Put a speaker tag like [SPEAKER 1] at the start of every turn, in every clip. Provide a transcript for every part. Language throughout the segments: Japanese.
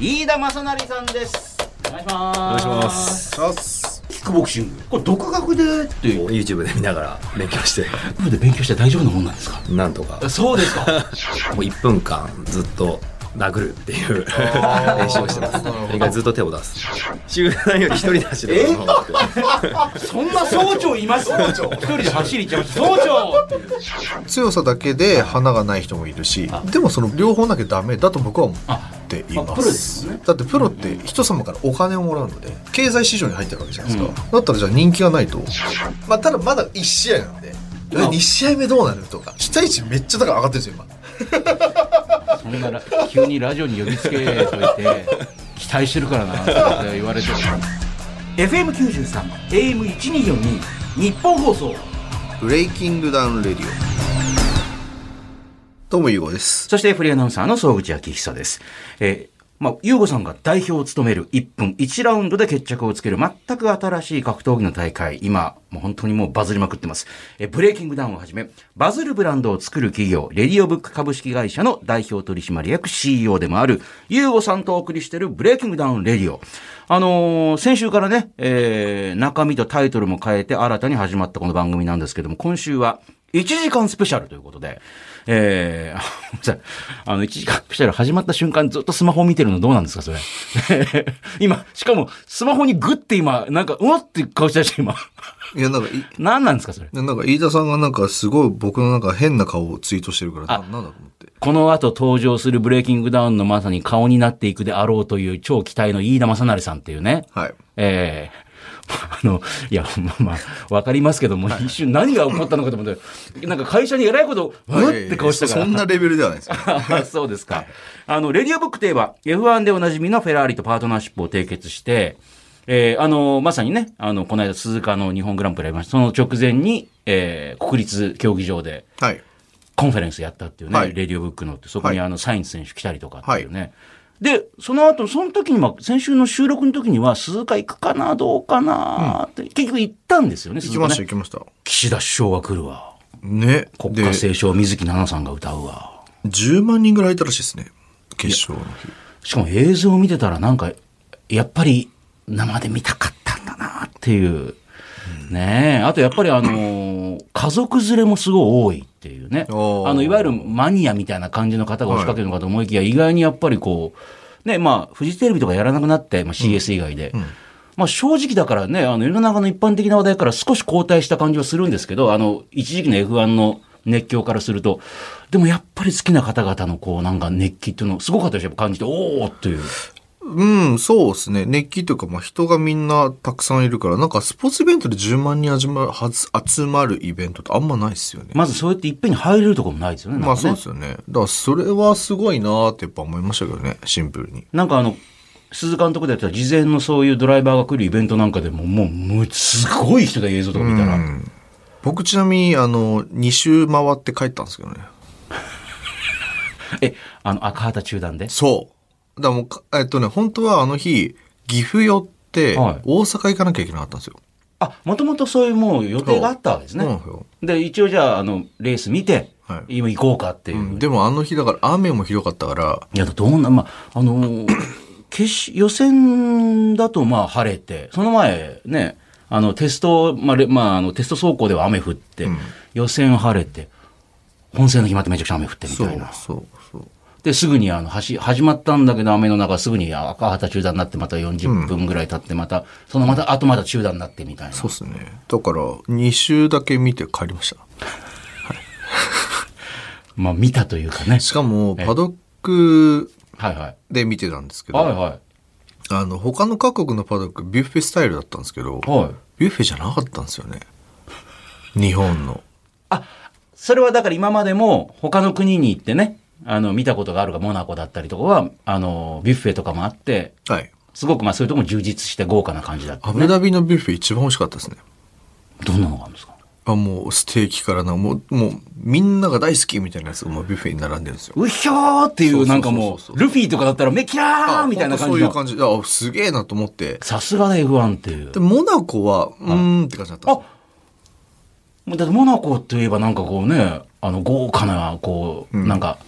[SPEAKER 1] 飯田正成さんですお願いします
[SPEAKER 2] お願いします
[SPEAKER 3] します
[SPEAKER 1] キックボクシングこれ独学でっていう
[SPEAKER 2] YouTube で見ながら勉強 して
[SPEAKER 1] 学部で勉強して大丈夫なもんなんですか
[SPEAKER 2] なんとか
[SPEAKER 1] そうですか
[SPEAKER 2] もう1分間ずっと殴るっていう練習をしてます一回ずっと手を出す集団より一人で走るのが多くて
[SPEAKER 1] そんな総長います総長一人で走り行っちゃいました総長
[SPEAKER 3] 強さだけで花がない人もいるしでもその両方なきゃダメだと僕は思ってい
[SPEAKER 1] あまあ
[SPEAKER 3] ま
[SPEAKER 1] プロです
[SPEAKER 3] す
[SPEAKER 1] よね
[SPEAKER 3] だってプロって人様からお金をもらうので経済市場に入ってるわけじゃないですかだったらじゃあ人気がないとまあただまだ1試合なんで
[SPEAKER 1] あ
[SPEAKER 3] 2試合目どうなるとか期待値めっちゃだから上がってるんですよ今
[SPEAKER 1] そんなら急にラジオに呼びつけといて期待してるからなって言われて FM93 AM1242 日本放送
[SPEAKER 3] ブレイキングダウンレディオどうもゆうごです
[SPEAKER 1] そしてフリーアナウンサーの総口昭久です。えーまあ、ゆうごさんが代表を務める1分1ラウンドで決着をつける全く新しい格闘技の大会。今、もう本当にもうバズりまくってます。えーブレイキングダウンをはじめ、バズるブランドを作る企業、レディオブック株式会社の代表取締役 CEO でもある、ゆうごさんとお送りしているブレイキングダウンレディオ。あのー先週からね、えー中身とタイトルも変えて新たに始まったこの番組なんですけども、今週は、1時間スペシャルということで、えー、あごめんなさいあの、1時間スペシャル始まった瞬間ずっとスマホを見てるのどうなんですか、それ。 今、しかも、スマホにグって今、なんか、うわって顔してらっしゃい今。
[SPEAKER 3] いやなんかい
[SPEAKER 1] 何なんですか、それ。
[SPEAKER 3] なんか飯田さんがなんかすごい僕のなんか変な顔をツイートしてるからななんだと思って
[SPEAKER 1] この後登場するブレイキングダウンのまさに顔になっていくであろうという超期待の飯田正成さんっていうね。
[SPEAKER 3] はい
[SPEAKER 1] ええ あの、いや、まあまあ、わかりますけども、一瞬何が起こったのかと思って、なんか会社に偉いこと、うわって顔してたから。
[SPEAKER 3] そんなレベルではない ですよ
[SPEAKER 1] あ そうですか。あの、レディオブックといえば、F1 でおなじみのフェラーリとパートナーシップを締結して、えーあの、まさにね、あの、この間鈴鹿の日本グランプリありました。その直前に、えー国立競技場で
[SPEAKER 3] はい
[SPEAKER 1] コンフェレンスやったっていうね、
[SPEAKER 3] はい
[SPEAKER 1] レディオブックのって、そこにあの、サインズ選手来たりとかっていうね。で、その後、その時にも、先週の収録の時には、鈴鹿行くかな、どうかなって、結局行ったんですよね、
[SPEAKER 3] 行
[SPEAKER 1] 鈴
[SPEAKER 3] き
[SPEAKER 1] 鹿
[SPEAKER 3] ました
[SPEAKER 1] ね
[SPEAKER 3] 行。きました
[SPEAKER 1] 岸田首相が来るわ。
[SPEAKER 3] ね
[SPEAKER 1] 国
[SPEAKER 3] で
[SPEAKER 1] 家斉唱、水木奈々さんが歌うわ。
[SPEAKER 3] 10万人ぐらいいたらしいですね決勝の日
[SPEAKER 1] しかも映像を見てたらなんかやっぱり生で見たかったんだなっていう、ねえあとやっぱりあのー家族連れもすごい多いっていうねあ
[SPEAKER 3] おー
[SPEAKER 1] のいわゆるマニアみたいな感じの方が押しかけるのかと思いきや、意外にやっぱりこうねまあフジテレビとかやらなくなって、まあ、CS 以外で。まあ正直だからね、あの世の中の一般的な話題から少し後退した感じはするんですけど、あの一時期の F1 の熱狂からすると、でもやっぱり好きな方々のこうなんか熱気っていうのすごかったでしょ、やっぱ感じて、おおっていう。
[SPEAKER 3] うんそうですね熱気というか、まあ、人がみんなたくさんいるからなんかスポーツイベントで10万人集まるはず集まるイベントってあんまないですよね
[SPEAKER 1] まずそうやっていっぺんに入れるとこもないですよね。
[SPEAKER 3] ま
[SPEAKER 1] な
[SPEAKER 3] あ
[SPEAKER 1] んか
[SPEAKER 3] そう
[SPEAKER 1] ね
[SPEAKER 3] ですよねだからそれはすごいなーってやっぱ思いましたけどねシンプルに
[SPEAKER 1] なんかあの、鈴監督でやってた事前のそういうドライバーが来るイベントなんかでも、もう、もうすごい人で映像とか見たら、
[SPEAKER 3] 僕ちなみにあの2周回って帰ったんですけどね
[SPEAKER 1] え、あの、赤旗中断で。
[SPEAKER 3] そうだからもうかえっとね本当はあの日岐阜寄って
[SPEAKER 1] はい
[SPEAKER 3] 大阪行かなきゃいけなかったんですよ、
[SPEAKER 1] あ、もともとそういうもう予定があったわけです
[SPEAKER 3] そうな
[SPEAKER 1] ね
[SPEAKER 3] んです。よ
[SPEAKER 1] で、一応じゃあ、あの、レース見て、
[SPEAKER 3] はい
[SPEAKER 1] 今行こうかっていう。
[SPEAKER 3] うんでもあの日だから雨もひどかったから
[SPEAKER 1] いや、どんな、まあ、あ のー決し予選だとまあ晴れて、その前ね、あのテスト、まあ、れまあ、あのテスト走行では雨降って、予選晴れて、本戦の決まってめちゃくちゃ雨降ってみ
[SPEAKER 3] そ
[SPEAKER 1] たいうな。
[SPEAKER 3] そうそう
[SPEAKER 1] で、すぐにあの、はし始まったんだけど、雨の中すぐに赤旗中断になって、また40分ぐらい経って、また、そのまた、あとまた中断になってみたいな。
[SPEAKER 3] そうっすねだから2周だけ見て帰りました
[SPEAKER 1] まあ、見たというかね。
[SPEAKER 3] しかもパドック
[SPEAKER 1] はいはい。
[SPEAKER 3] で見てたんですけど、
[SPEAKER 1] はいは
[SPEAKER 3] あの他の各国のパドックビュッフェスタイルだったんですけど、
[SPEAKER 1] い。はい。
[SPEAKER 3] ビュッフェじゃなかったんですよね日本の
[SPEAKER 1] それはだから今までも他の国に行ってね、あの、見たことがあるが、モナコだったりとかは、あの、ビュッフェとかもあって、
[SPEAKER 3] はい
[SPEAKER 1] すごくまあそういうとこも充実して豪華な感じだった、
[SPEAKER 3] ア
[SPEAKER 1] ね
[SPEAKER 3] ブ。ダビのビュッフェ一番美味しかったですね
[SPEAKER 1] どんなのがあるんですか
[SPEAKER 3] あもうステーキからなもうもうみんなが大好きみたいなやつがもうビュッフェに並んでるんですよ
[SPEAKER 1] うひょーっていうなんかも
[SPEAKER 3] そうそうそうそう
[SPEAKER 1] う、ルフィとかだったら目キラーみたいな感じ
[SPEAKER 3] そういう
[SPEAKER 1] の。
[SPEAKER 3] 感じあすげえなと思って
[SPEAKER 1] さすがだ F1 っていう
[SPEAKER 3] で。モナコはうーんって感じだったんですよ
[SPEAKER 1] もうだってモナコといえばなんかこうね、あの豪華な、こう、なんか、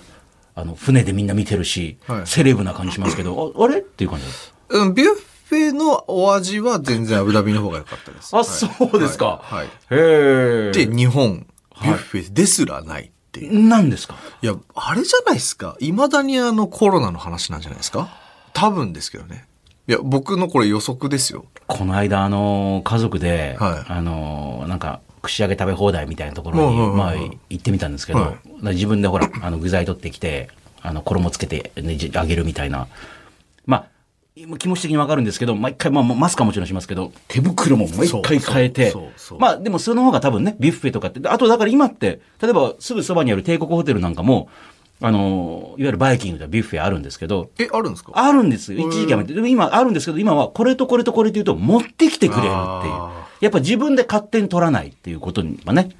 [SPEAKER 1] あの、船でみんな見てるし、
[SPEAKER 3] はい
[SPEAKER 1] セレブな感じしますけど、ああれっていう感じだった
[SPEAKER 3] うん、ビュッフェのお味は全然アブダビの方が良かったです。
[SPEAKER 1] あ、
[SPEAKER 3] はい
[SPEAKER 1] そうですか。
[SPEAKER 3] はい。
[SPEAKER 1] へえ。
[SPEAKER 3] で、日本、ビュッフェですらないっていう。
[SPEAKER 1] 何ですか
[SPEAKER 3] いや、あれじゃないですか。未だにあのコロナの話なんじゃないですか。多分ですけどね。いや、僕のこれ予測ですよ。
[SPEAKER 1] この間、あの、家族で、
[SPEAKER 3] はい
[SPEAKER 1] あの、なんか、串揚げ食べ放題みたいなところに、
[SPEAKER 3] はい
[SPEAKER 1] ま
[SPEAKER 3] は
[SPEAKER 1] あ
[SPEAKER 3] いはいはい、
[SPEAKER 1] 行ってみたんですけど、
[SPEAKER 3] はい
[SPEAKER 1] 自分でほら、あの、具材取ってきて、あの、衣つけて、ね、じ揚げるみたいな。まあ、気持ち的にわかるんですけど、毎回、まあ、マスクはもちろんしますけど、手袋も毎回変えて
[SPEAKER 3] そうそうそうそう、
[SPEAKER 1] まあ、でもその方が多分ね、ビュッフェとかって、あとだから今って、例えばすぐそばにある帝国ホテルなんかも、あの、いわゆるバイキングではビュッフェあるんですけど、
[SPEAKER 3] え、あるんですか
[SPEAKER 1] あるんですよ。一時期はめて。でも今あるんですけど、今はこれとこれとこれって言うと持ってきてくれるっていう
[SPEAKER 3] あ。
[SPEAKER 1] やっぱ自分で勝手に取らないっていうことにはね。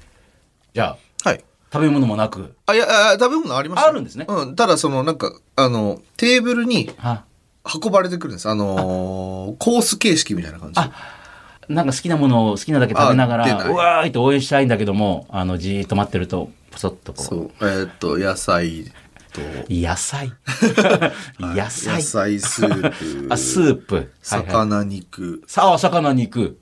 [SPEAKER 1] じゃあ、
[SPEAKER 3] はい。
[SPEAKER 1] 食べ物もなく。
[SPEAKER 3] あ、いや、あ食べ物ありますよ
[SPEAKER 1] あるんですね
[SPEAKER 3] うん。ただ、その、なんか、あの、テーブルに
[SPEAKER 1] あ、
[SPEAKER 3] 運ばれてくるんです。あのーコース形式みたいな感じ。
[SPEAKER 1] なんか好きなものを好きなだけ食べなが
[SPEAKER 3] あ出
[SPEAKER 1] ら、
[SPEAKER 3] ないう
[SPEAKER 1] わーいって応援したいんだけども、あの、じーっと待ってると、ポソッと
[SPEAKER 3] そ
[SPEAKER 1] こう。
[SPEAKER 3] う。えーっと、野菜と、
[SPEAKER 1] 野 菜。野
[SPEAKER 3] 野
[SPEAKER 1] 菜。
[SPEAKER 3] 菜スープ。
[SPEAKER 1] あ、スープ。はいはい。
[SPEAKER 3] 魚肉。
[SPEAKER 1] さあ、魚肉。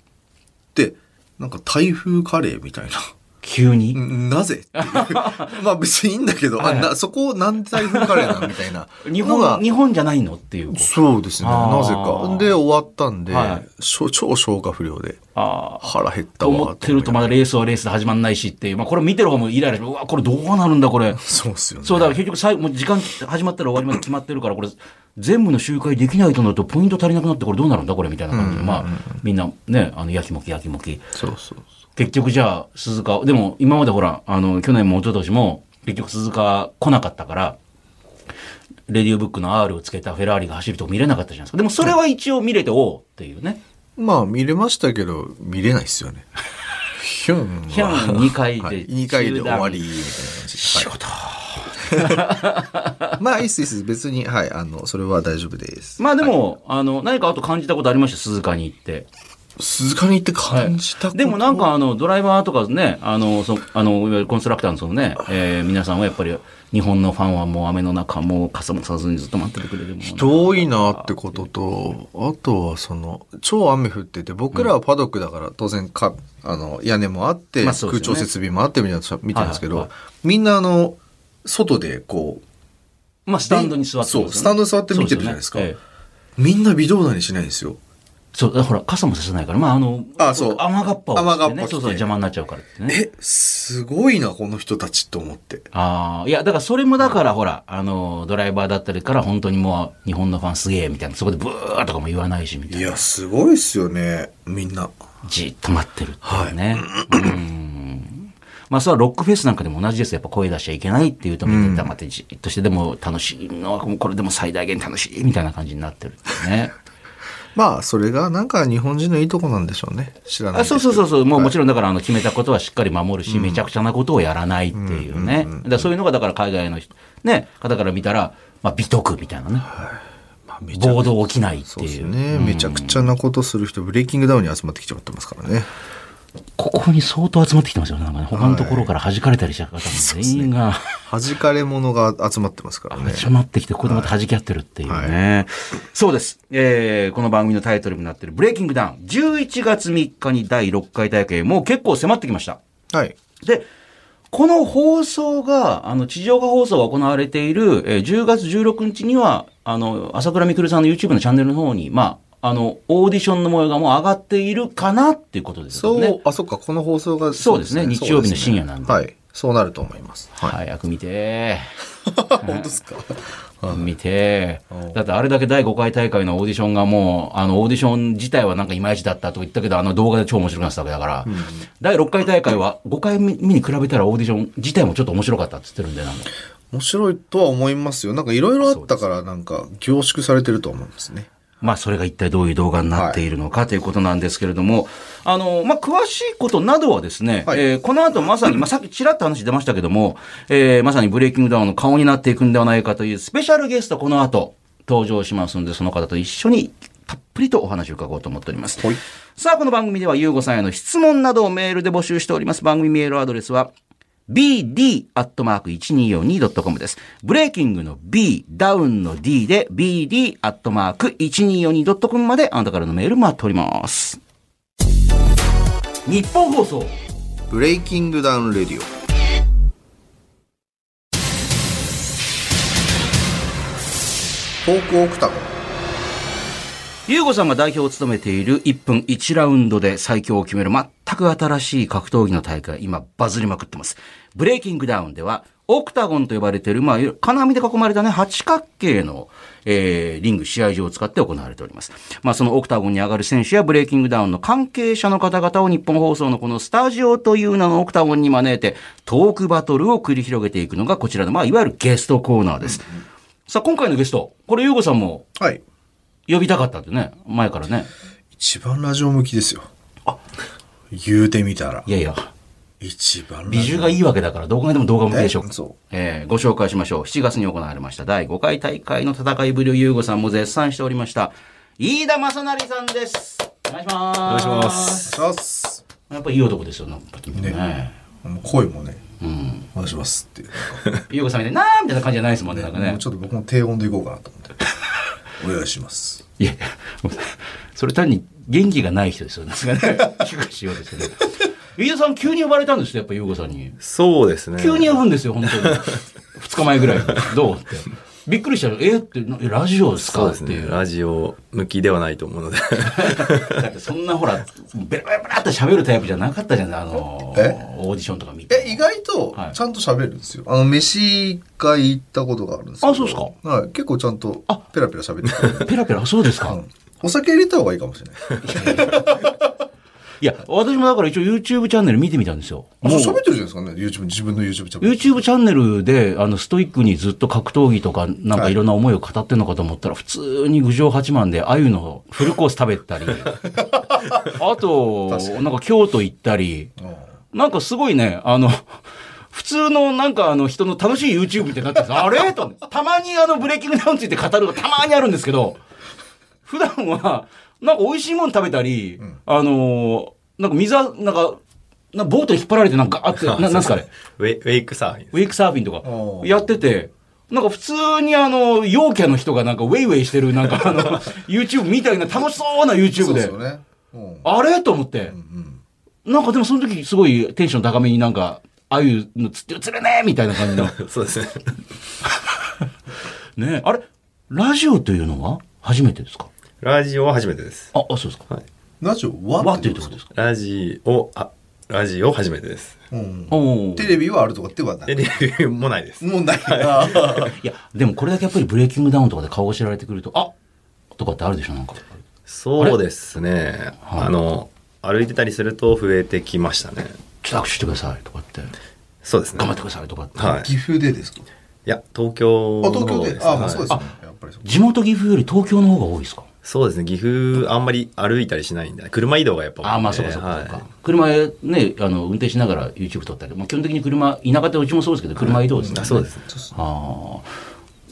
[SPEAKER 3] で、なんか台風カレーみたいな。
[SPEAKER 1] 急に。
[SPEAKER 3] んなぜ っていうまあ別にいいんだけど、
[SPEAKER 1] はい
[SPEAKER 3] あなそこをなんで台風カレーなみたいな
[SPEAKER 1] 日
[SPEAKER 3] のが
[SPEAKER 1] 本、日本じゃないのっていう。
[SPEAKER 3] そうですね。
[SPEAKER 1] あー
[SPEAKER 3] なぜか。で、終わったんで、
[SPEAKER 1] は
[SPEAKER 3] しょ超消化不良で
[SPEAKER 1] ああ。
[SPEAKER 3] 腹減った
[SPEAKER 1] と
[SPEAKER 3] わ
[SPEAKER 1] 思ってるとまだレースはレースで始まんないしっていう、まあ、これ見てる方もイライラしてうわこれどうなるんだこれ
[SPEAKER 3] そうっすよね。
[SPEAKER 1] そうだから結局最後もう時間始まったら終わりまで決まってるからこれ全部の集会できないとなるとポイント足りなくなってこれどうなるんだこれみたいな感じで、まあみんなねあのやきもきやきもき
[SPEAKER 3] そうそうそ
[SPEAKER 1] 結局じゃあ鈴鹿でも今までほらあの去年も一昨年も結局鈴鹿来なかったからレディオブックの R をつけたフェラーリが走るとこ見れなかったじゃないですかでもそれは一応見れておうっていうね
[SPEAKER 3] う。まあ見れましたけど、見れないっす よね。ヒュンは。
[SPEAKER 1] ヒュン二回で
[SPEAKER 3] はい二回で終わり、みたいな感じ。仕事。 まあいいっすいいっす。別に、はい、あの、それは大丈夫です。
[SPEAKER 1] まあでも、あの何かあと感じたことありました鈴鹿に行って
[SPEAKER 3] 鈴鹿に行って感じたこと、
[SPEAKER 1] でもなんかあのドライバーとかねあのそあのいわゆるコンストラクターのそのね、えー皆さんはやっぱり日本のファンはもう雨の中もう傘もさずにずっと待っててくれても
[SPEAKER 3] 人多いなってことと、あとはその、超雨降ってて、僕らはパドックだから、当然か、あの、屋根もあって、
[SPEAKER 1] まあそうで
[SPEAKER 3] 空
[SPEAKER 1] すよね
[SPEAKER 3] 調設備もあってみたいなの見てるんですけど、
[SPEAKER 1] はいはい
[SPEAKER 3] みんなあの、外でこ
[SPEAKER 1] まあスタンドに座ってますよね
[SPEAKER 3] そうスタンドに座って見てるじゃないですか
[SPEAKER 1] そうよねええ
[SPEAKER 3] う、みんな微動だにしないんですよ。
[SPEAKER 1] そうだからほら傘もさせないからまああの
[SPEAKER 3] あそう
[SPEAKER 1] 雨がっぱを着て、ね、
[SPEAKER 3] 雨がっぱ着て
[SPEAKER 1] そうそう邪魔になっちゃうからってね
[SPEAKER 3] え、すごいな、この人たちと思って。
[SPEAKER 1] ああいやだからそれもだからほらあのドライバーだったりから本当にもう日本のファンすげえみたいなそこでブーとかも言わないしみたい
[SPEAKER 3] い
[SPEAKER 1] な
[SPEAKER 3] や、すごいっすよね、みんな。
[SPEAKER 1] じっと待ってるっていうね。うんまあそれはロックフェスなんかでも同じです。やっぱ声出しちゃいけないっていうと見て黙ってじっとしてでも楽しいのはもうこれでも最大限楽しいみたいな感じになってるっていうね。
[SPEAKER 3] まあ、それがなんか日本人のいいとこなんでしょうね。知らない
[SPEAKER 1] あ
[SPEAKER 3] ですけ
[SPEAKER 1] そ
[SPEAKER 3] ど。
[SPEAKER 1] うそうそうそう、もうもちろんだからあの決めたことはしっかり守るし、めちゃくちゃなことをやらないっていうね。だからそういうのがだから海外の人、ね、方から見たら、まあ美徳みたいなね。
[SPEAKER 3] まあめちゃくちゃ
[SPEAKER 1] 暴動起きないって
[SPEAKER 3] そうです
[SPEAKER 1] いう。
[SPEAKER 3] ね、めちゃくちゃなことする人、ブレイキングダウンに集まってきちゃってますからね。
[SPEAKER 1] ここに相当集まってきてますよね。なんかね、他のところから弾かれたりした方も全員が。
[SPEAKER 3] 弾かれ者が集まってますからね。
[SPEAKER 1] 集まってきて、ここでまた弾き合ってるっていうね。そうです。えー、この番組のタイトルにもなってる、ブレイキングダウン。11月3日に第6回大会、もう結構迫ってきました。
[SPEAKER 3] はい。
[SPEAKER 1] で、この放送が、あの、地上波放送が行われている、えー10月16日には、あの、朝倉未来さんの YouTube のチャンネルの方に、まあ、あの、オーディションの模様がもう上がっているかなっていうことです
[SPEAKER 3] そ
[SPEAKER 1] よ
[SPEAKER 3] う、
[SPEAKER 1] ね。
[SPEAKER 3] あ、そっか、この放送が、
[SPEAKER 1] そうですね日曜日の深夜なんで
[SPEAKER 3] そうすねはい。そうなると思います。
[SPEAKER 1] 早く見て
[SPEAKER 3] 本当ですか
[SPEAKER 1] 見て
[SPEAKER 3] おう
[SPEAKER 1] だってあれだけ第5回大会のオーディションがもう、あの、オーディション自体はなんかいまいちだったと言ったけど、あの動画で超面白くなってたわけだから、第6回大会は5回目に比べたらオーディション自体もちょっと面白かったって言ってるんで、なんか
[SPEAKER 3] 面白いとは思いますよ。なんかいろいろあったから、なんか凝縮されてると思うんですね。
[SPEAKER 1] まあ、それが一体どういう動画になっているのかということなんですけれども、あの、まあ、詳しいことなどはですね、
[SPEAKER 3] はい
[SPEAKER 1] えーこの後まさに、まあ、さっきちらっと話出ましたけども、えーまさにブレイキングダウンの顔になっていくんではないかというスペシャルゲストこの後登場しますので、その方と一緒にたっぷりとお話を伺おうと思っております。
[SPEAKER 3] はい。
[SPEAKER 1] さあ、この番組では、ゆうごさんへの質問などをメールで募集しております。番組メールアドレスは、 bd.1242.com です。ブレイキングの b、ダウンの d で bd.1242.com まであなたからのメール待っております。日本放送
[SPEAKER 3] ブレイキングダウンレディオ。方向オクタゴン。
[SPEAKER 1] ゆうごさんが代表を務めている1分1ラウンドで最強を決める全く新しい格闘技の大会、今バズりまくってます。ブレイキングダウンでは、オクタゴンと呼ばれている、まあ、いわゆる金網で囲まれたね、八角形の、えー、リング、試合場を使って行われております。まあ、そのオクタゴンに上がる選手やブレイキングダウンの関係者の方々を日本放送のこのスタジオという名のオクタゴンに招いて、トークバトルを繰り広げていくのがこちらの、まあ、いわゆるゲストコーナーです。さあ、今回のゲスト、これゆうごさんも
[SPEAKER 3] はい。
[SPEAKER 1] 呼びたかったってね、前からね。
[SPEAKER 3] 一番ラジオ向きですよ。言うてみたら
[SPEAKER 1] い。やいや、
[SPEAKER 3] 一番
[SPEAKER 1] 美女がいいわけだから、どこまでも動画向けでしょ
[SPEAKER 3] えそう
[SPEAKER 1] えーご紹介しましょう。7月に行われました第5回大会の戦いぶりを優吾さんも絶賛しておりました、飯田正成さんです。お願いします。お願いしま
[SPEAKER 3] お願い。します。
[SPEAKER 1] やっぱいい男ですよ、なんか君ね。
[SPEAKER 3] ねもう声もね、
[SPEAKER 1] うん。
[SPEAKER 3] お願いしますっていう。
[SPEAKER 1] 優吾さんみたいな、なーみたいな感じじゃないですもんね、なんか
[SPEAKER 3] も
[SPEAKER 1] ね
[SPEAKER 3] う。ちょっと僕も低音でいこうかなと思 って。お願いします。
[SPEAKER 1] いや、それ単に元気がない人ですよね。なんかね 低くしようですよね。飯田さん急に呼ばれたんですよ、やっぱ優吾さんに。
[SPEAKER 2] そうですね。
[SPEAKER 1] 急に呼ぶんですよ、本当に。2日前ぐらいに。どうって。びっくりしたら、えって、なえラジオです
[SPEAKER 2] そ
[SPEAKER 1] か
[SPEAKER 2] うで
[SPEAKER 1] っ
[SPEAKER 2] す
[SPEAKER 1] て
[SPEAKER 2] ね
[SPEAKER 1] いう。。
[SPEAKER 2] ラジオ向きではないと思うので。
[SPEAKER 1] だってそんなほら、ベラベラベラって喋るタイプじゃなかったじゃない、あのー
[SPEAKER 3] え
[SPEAKER 1] オーディションとか見て。
[SPEAKER 3] え、意外と
[SPEAKER 1] はい
[SPEAKER 3] ちゃんと喋るんですよ。あの、飯が行ったことがあるんですけど
[SPEAKER 1] あそうですか
[SPEAKER 3] はい。結構ちゃんと
[SPEAKER 1] あ
[SPEAKER 3] ペラペラ喋ってくれる。
[SPEAKER 1] ペラペラ、そうですか、
[SPEAKER 3] うんお酒入れた方がいいかもしれない。
[SPEAKER 1] いや、私もだから一応 YouTube チャンネル見てみたんですよ。
[SPEAKER 3] あ
[SPEAKER 1] もう、
[SPEAKER 3] 喋ってるじゃないですかね。YouTube、自分の YouTube チャンネル。
[SPEAKER 1] YouTube チャンネルで、あの、ストイックにずっと格闘技とか、なんかいろんな思いを語ってんのかと思ったら、普通に郡上八幡で鮎のフルコース食べた り、あと、なんか京都行ったり、なんかすごいね、あの、 普通のなんかあの人の楽しい YouTube ってなってるん ですあれと思って。たまにあのブレイキングダウンについて語るのがたまにあるんですけど、普段は、なんか美味しいもの食べたり、あのーなんか水は、なんか、なんかボートに引っ張られてなんかあ って、 ななんすか あれ
[SPEAKER 2] ウェイウェイクサーフィン
[SPEAKER 1] ウェイクサーフィンと
[SPEAKER 3] お
[SPEAKER 1] か
[SPEAKER 3] ー
[SPEAKER 1] やってて、なんか普通にあの、陽キャの人がなんかウェイウェイしてるなんかあ の、YouTube みたいな楽しそうな YouTube
[SPEAKER 3] そうで
[SPEAKER 1] で、
[SPEAKER 3] すよね。うん
[SPEAKER 1] あれと思って、なんかでもその時すごいテンション高めになんか、ああいうの釣って釣れねえみたいな感じの。
[SPEAKER 2] です。そうですね。
[SPEAKER 1] ねえあれラジオというのは初めてですか
[SPEAKER 2] ラジオは初めてです。
[SPEAKER 1] あ、あ、そうですか。
[SPEAKER 2] はい。
[SPEAKER 3] ラジオ
[SPEAKER 1] わ
[SPEAKER 3] は
[SPEAKER 1] っていうとこですか
[SPEAKER 2] ラジオ、あ、ラジオ初めてです。
[SPEAKER 3] うん
[SPEAKER 1] おー
[SPEAKER 3] テレビはあるとかってはな
[SPEAKER 2] で
[SPEAKER 3] い。
[SPEAKER 2] レビューもないです。
[SPEAKER 3] もうないな。
[SPEAKER 1] いや、でもこれだけやっぱりブレイキングダウンとかで顔を知られてくると、あとかってあるでしょなんか。
[SPEAKER 2] そうですね。
[SPEAKER 1] はい
[SPEAKER 2] あの、歩いてたりすると増えてきましたね。
[SPEAKER 1] ちょっと握手してくださいとかって、
[SPEAKER 2] そうですね。
[SPEAKER 1] 頑張ってくださいとかって。
[SPEAKER 2] はい。
[SPEAKER 3] 岐阜でですか
[SPEAKER 2] いや、東京
[SPEAKER 3] あ、
[SPEAKER 2] の
[SPEAKER 3] 東
[SPEAKER 2] 方
[SPEAKER 3] 京
[SPEAKER 2] です
[SPEAKER 3] で。あ、まあそうです
[SPEAKER 2] はい
[SPEAKER 3] ね。やっぱりそう。
[SPEAKER 1] 地元岐阜より東京の方が多いですか
[SPEAKER 2] そうですね。岐阜、あんまり歩いたりしないんで、車移動がやっぱ多いんで
[SPEAKER 1] あまあそうかそうかそうか、
[SPEAKER 2] はい
[SPEAKER 1] 車ねあの運転しながら YouTube 撮ったり、まあ、基本的に車田舎ってうちもそうですけど車移動ですね、
[SPEAKER 2] あそうですね。
[SPEAKER 1] あー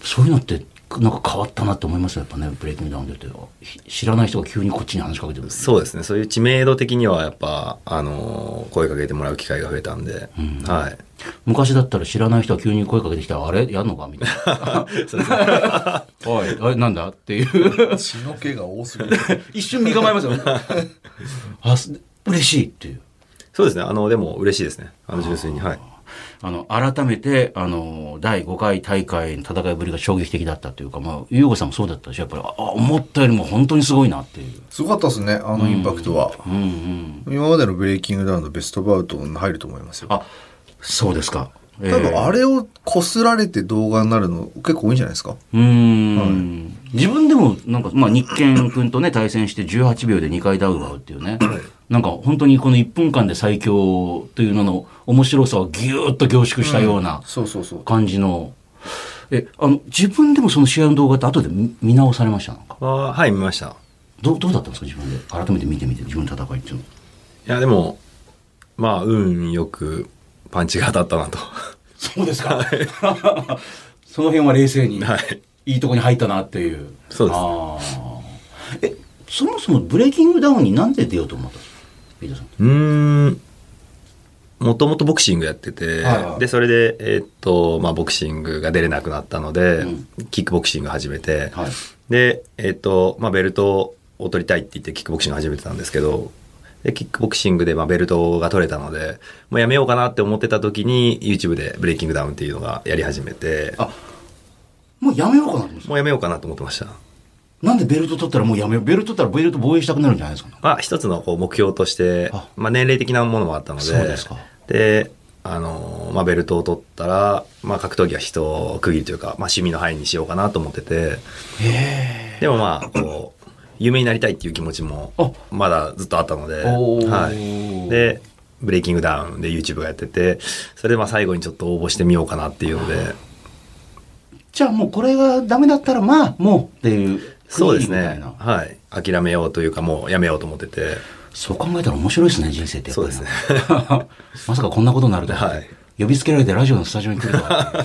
[SPEAKER 1] そういうのってなんか変わったなって思いますよやっぱねブレイキングダウンでってひ知らない人が急にこっちに話しかけてくる
[SPEAKER 2] そうですね。そういう知名度的には、やっぱ、あのー声かけてもらう機会が増えたんで、はい。
[SPEAKER 1] 昔だったら知らない人が急に声かけてきたらあれやんのかみたい なおいおいなんだっていう
[SPEAKER 3] 血の毛が多すぎる。
[SPEAKER 1] 一瞬身構えますよね あす嬉しいっていう
[SPEAKER 2] そうですね。あの、でも嬉しいですね。あの、純粋に。はい。
[SPEAKER 1] あの、改めて、あの、第5回大会の戦いぶりが衝撃的だったというか、まあ、ゆうごさんもそうだったし、やっぱり、あ、思ったよりも本当にすごいなっていう。
[SPEAKER 3] すごかったですね、あのインパクトは。
[SPEAKER 1] うんうん。
[SPEAKER 3] 今までのブレイキングダウンのベストバウトに入ると思いますよ。
[SPEAKER 1] あ、そうですか。え
[SPEAKER 3] 多分
[SPEAKER 1] ー
[SPEAKER 3] あれをこすられて動画になるの結構多いんじゃないですか
[SPEAKER 1] うーん、自分でも、なんか、まあ、日健君とね、対戦して18秒で2回ダウンを奪うっていうね。なんか、本当にこの1分間で最強というのの面白さをぎゅーっと凝縮したような
[SPEAKER 3] そうそうそう。
[SPEAKER 1] 感じの。え、あの、自分でもその試合の動画って後で見見直されましたなんか。
[SPEAKER 2] は、はい、見ました。
[SPEAKER 1] どうどうだったんですか自分で改めて見てみて自分の戦いっていうの
[SPEAKER 2] いや、でも、まあ、運よくパンチが当たったなと。
[SPEAKER 1] そうですか その辺は冷静に、
[SPEAKER 2] はい。
[SPEAKER 1] い、いとこに入ったなっていう
[SPEAKER 2] そうですね
[SPEAKER 1] あーえそもそもブレイキングダウンになんで出ようと思ったんですか飯田さん
[SPEAKER 2] うーん。もともとボクシングやってて、
[SPEAKER 1] はいはい
[SPEAKER 2] で、それで、えーっと、まあ、ボクシングが出れなくなったので、キックボクシング始めて、
[SPEAKER 1] はい
[SPEAKER 2] で、えーっと、まあ、ベルトを取りたいって言って、キックボクシング始めてたんですけど、で、キックボクシングで、まあ、ベルトが取れたので、もうやめようかなって思ってた時に、YouTube でブレイキングダウンっていうのがやり始めて、
[SPEAKER 1] あもうやめようかなと思ってます
[SPEAKER 2] もうやめようかなと思ってました。
[SPEAKER 1] なんでベルト取ったらもうやめよう。ベルト取ったらベルト防衛したくなるんじゃないですか、ね、
[SPEAKER 2] まあ、一つのこう目標として
[SPEAKER 1] あ
[SPEAKER 2] まあ、年齢的なものもあったので
[SPEAKER 1] そうですか
[SPEAKER 2] であのーまあ、ベルトを取ったら、まあ、格闘技は人を区切るというか、まあ、趣味の範囲にしようかなと思っててでもまあこう有名になりたいっていう気持ちも
[SPEAKER 1] あ
[SPEAKER 2] まだずっとあったので、
[SPEAKER 1] おー
[SPEAKER 2] はい、でブレイキングダウンで YouTube がやっててそれでまあ最後にちょっと応募してみようかなっていうので
[SPEAKER 1] じゃあもうこれがダメだったらまあもうっていう。
[SPEAKER 2] そうです
[SPEAKER 1] クリーン
[SPEAKER 2] ね
[SPEAKER 1] みたいな
[SPEAKER 2] はい諦めようというかもうやめようと思ってて
[SPEAKER 1] そう考えたら面白いですね、人生ってやっぱりな。
[SPEAKER 2] そう
[SPEAKER 1] まさかこんなことになるとは。
[SPEAKER 2] はい
[SPEAKER 1] 呼びつけられてラジオのスタジオに来ると は。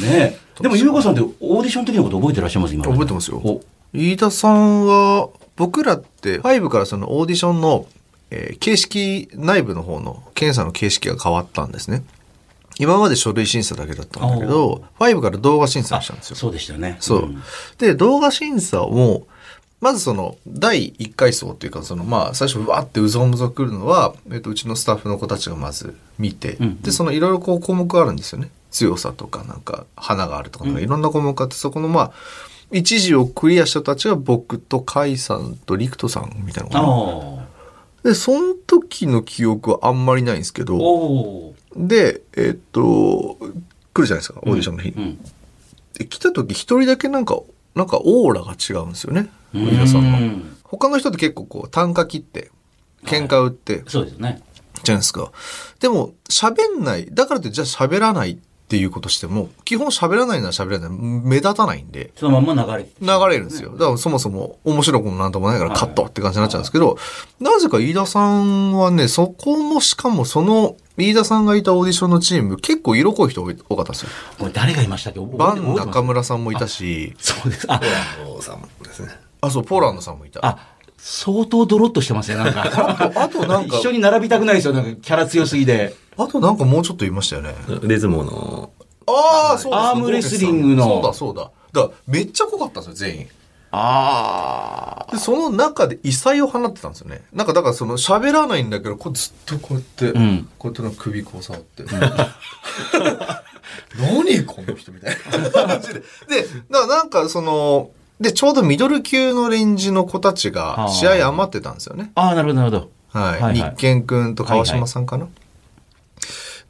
[SPEAKER 1] ねえ。でも、ゆうこさんってオーディション的なこと覚えてらっしゃいます今まで
[SPEAKER 3] 覚えてますよ
[SPEAKER 1] お
[SPEAKER 3] 飯田さんは、僕らって5からそのオーディションの、えー形式、内部の方の検査の形式が変わったんですね。今まで書類審査だけだったんだけど、5から動画審査にしたんですよ。
[SPEAKER 1] そうでしたよね。
[SPEAKER 3] そう。
[SPEAKER 1] ん
[SPEAKER 3] で、動画審査も、まずその、第1回層っていうか、その、まあ、最初、わーってうぞうむぞくるのは、えっと、うちのスタッフの子たちがまず見て、
[SPEAKER 1] うんうん
[SPEAKER 3] で、その、いろいろこう、項目があるんですよね。強さとか、なんか、花があるとか、なんか、いろんな項目があって、そこの、まあ、一時をクリアした人たちが、僕と甲斐さんと陸斗さんみたいなのか
[SPEAKER 1] ああ。
[SPEAKER 3] な。で、その時の記憶はあんまりないんですけ
[SPEAKER 1] お
[SPEAKER 3] ど、
[SPEAKER 1] お
[SPEAKER 3] で、えっと、来るじゃないですか、オーディションの日。
[SPEAKER 1] ー。うん。
[SPEAKER 3] で来た時一人だけなんかなんかオーラが違うんですよね飯田さんの
[SPEAKER 1] の。
[SPEAKER 3] 他の人って結構こう単価切って喧嘩売って、
[SPEAKER 1] そうですよね。
[SPEAKER 3] じゃないですかでも喋んないだからってじゃあ喋らないっていうことしても基本喋らないなら喋らない目立たないんで
[SPEAKER 1] そのまんま流れて
[SPEAKER 3] 流れるんですよ。だからそもそも面白くもなんともないからカットって感じになっちゃうんですけど、なぜか飯田さんはね、そこもしかもその飯田さんがいたオーディションのチーム結構色濃い人多い多かったんですよ。
[SPEAKER 1] これ誰がいましたっけ
[SPEAKER 3] バン中
[SPEAKER 1] 村。
[SPEAKER 3] 村さんもいたし、
[SPEAKER 1] そうです。あ、
[SPEAKER 2] 王さんもですね
[SPEAKER 3] あ、そう、ポーランドさんもいた。
[SPEAKER 1] あ、相当ドロッとしてますね、なんか。
[SPEAKER 3] あと なんか
[SPEAKER 1] 一緒に並びたくないですよ、なんかキャラ強すぎで。
[SPEAKER 3] あとなんかもうちょっと言いましたよね。
[SPEAKER 2] 腕相撲の
[SPEAKER 3] ああ、そうだ。
[SPEAKER 1] アームレスリングの
[SPEAKER 3] そうだ、そうだ。だからめっちゃ濃かったんですよ、全員。
[SPEAKER 1] あ
[SPEAKER 3] で、その中で異彩を放ってたんですよね。なんか、だからその喋らないんだけど、こうずっとこうやって、
[SPEAKER 1] ん
[SPEAKER 3] こうやってなんか首こう触って。 何この人みたいな 感じで。で、だからなんかその、で、ちょうどミドル級のレンジの子たち
[SPEAKER 1] あ
[SPEAKER 3] が
[SPEAKER 1] ー
[SPEAKER 3] 試合余ってたんですよね。
[SPEAKER 1] あ。ああ、なるほど、なるほど。
[SPEAKER 3] はい。
[SPEAKER 1] はいはい
[SPEAKER 3] 日健くんと川島さんかな、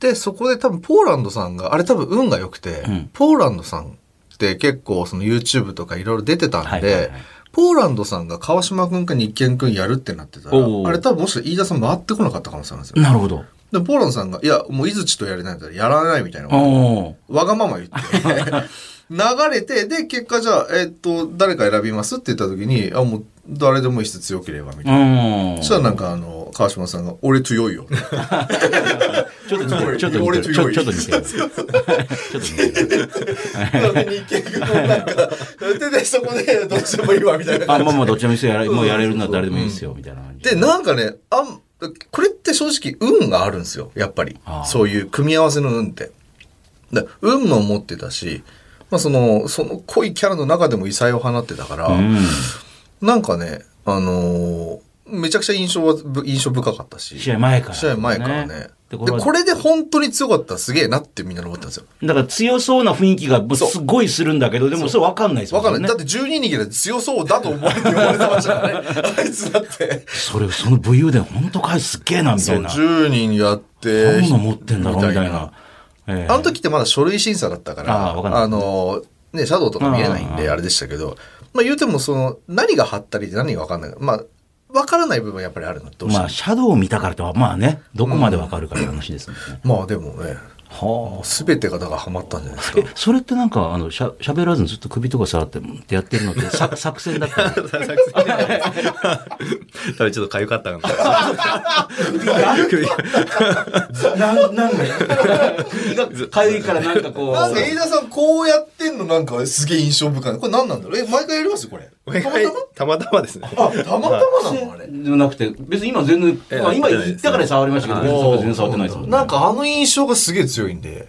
[SPEAKER 3] で、そこで多分ポーランドさんが、あれ多分運が良くて、
[SPEAKER 1] うん
[SPEAKER 3] ポーランドさんって結構その YouTube とかいろいろ出てたんで、
[SPEAKER 1] はいはいはい
[SPEAKER 3] ポーランドさんが川島くんか日健くんやるってなってたら、
[SPEAKER 1] おうおう
[SPEAKER 3] あれ多分もしかしたら飯田さん回ってこなかった可能性あるんですよ。
[SPEAKER 1] なるほど。
[SPEAKER 3] で、ポーランドさんが、いや、もう井槌とやれないんだったらやらないみたいな。
[SPEAKER 1] おー
[SPEAKER 3] わがまま 言って。流れて、で、結果じゃあ、えっと、誰か選びますって言った時に、あ、もう誰でもいいし強ければみたいな。
[SPEAKER 1] うん。
[SPEAKER 3] そしたらなんかあの、川島さんが、俺強いよ。
[SPEAKER 1] ちょっと似てる、ちょっと似
[SPEAKER 3] 俺
[SPEAKER 1] てる。ちょ
[SPEAKER 3] 強い
[SPEAKER 1] ちょっと似てる。ちょっと似てる。
[SPEAKER 3] なんで日系軍のなんか、で、で、そこで、どうしてもいいわ、みたいな
[SPEAKER 1] あ、
[SPEAKER 3] 感
[SPEAKER 1] まあ
[SPEAKER 3] じ
[SPEAKER 1] まあ、どっちの店やらもうやれるのは誰でもいいですよ、みたいな感じ。
[SPEAKER 3] で。で、なんかね、あん、これって正直運があるんですよ、やっぱり
[SPEAKER 1] あ。ー
[SPEAKER 3] そういう組み合わせの運って。で運も持ってたし、まあその、その濃いキャラの中でも異彩を放ってたから、
[SPEAKER 1] うん。
[SPEAKER 3] なんかね、あのーめちゃくちゃ印象は、ぶ印象深かったし。
[SPEAKER 1] 試合前からね
[SPEAKER 3] 試合前からね。
[SPEAKER 1] で
[SPEAKER 3] で、
[SPEAKER 1] これは
[SPEAKER 3] これで本当に強かったらすげえなってみんな思ったんですよ。
[SPEAKER 1] だから強そうな雰囲気がぶすごいするんだけど、でもそれわかんないですも
[SPEAKER 3] わかんない。
[SPEAKER 1] ね
[SPEAKER 3] だっ。て12人で強そうだと思われて呼ばれてました からね。あいつだって。
[SPEAKER 1] それ、その武勇伝本当かいすっげえな、みた
[SPEAKER 3] そう、
[SPEAKER 1] いな。ど
[SPEAKER 3] 10人やって。
[SPEAKER 1] んな持ってんだろう、みたいな。。ええ
[SPEAKER 3] あの時ってまだ書類審査だったか
[SPEAKER 1] あー
[SPEAKER 3] ら、
[SPEAKER 1] わかんない
[SPEAKER 3] あの、ね、シャドウとか見えない
[SPEAKER 1] あ
[SPEAKER 3] ん
[SPEAKER 1] ー
[SPEAKER 3] で、あれでしたけど、まあ言うてもその、何が貼ったりで何がわかんない。まあ、わからない部分はやっぱりあるの、どうし
[SPEAKER 1] ま
[SPEAKER 3] ても
[SPEAKER 1] あ、シャドウを見たからっては、まあね、どこまでわかるかって話ですもんね。
[SPEAKER 3] まあでもね、
[SPEAKER 1] はあ。
[SPEAKER 3] すべてがだからハマったんじゃないですか
[SPEAKER 1] え。、 それってなんか、あの、しゃ、喋らずにずっと首とか触って、うんってやってるのって、さ、作戦だったの
[SPEAKER 2] 多分ちょっと痒かったかな。首
[SPEAKER 1] なん、なんでかゆいからなんかこ
[SPEAKER 3] なんか飯田さんこうやってんのなんかすげえ印象深い。これ何なんだろうえ、毎回やりますこれ。
[SPEAKER 2] お願いたまたまですね。
[SPEAKER 3] あ、たまたま なのあれ。
[SPEAKER 1] じゃなくて、別に今全然、
[SPEAKER 2] え
[SPEAKER 1] まあ、今
[SPEAKER 2] やってない
[SPEAKER 1] 言
[SPEAKER 2] で
[SPEAKER 1] っ
[SPEAKER 2] す
[SPEAKER 1] たから触りましたけど、別にそれは全然触ってないですもんね。
[SPEAKER 3] なんかあの印象がすげえ強いんで。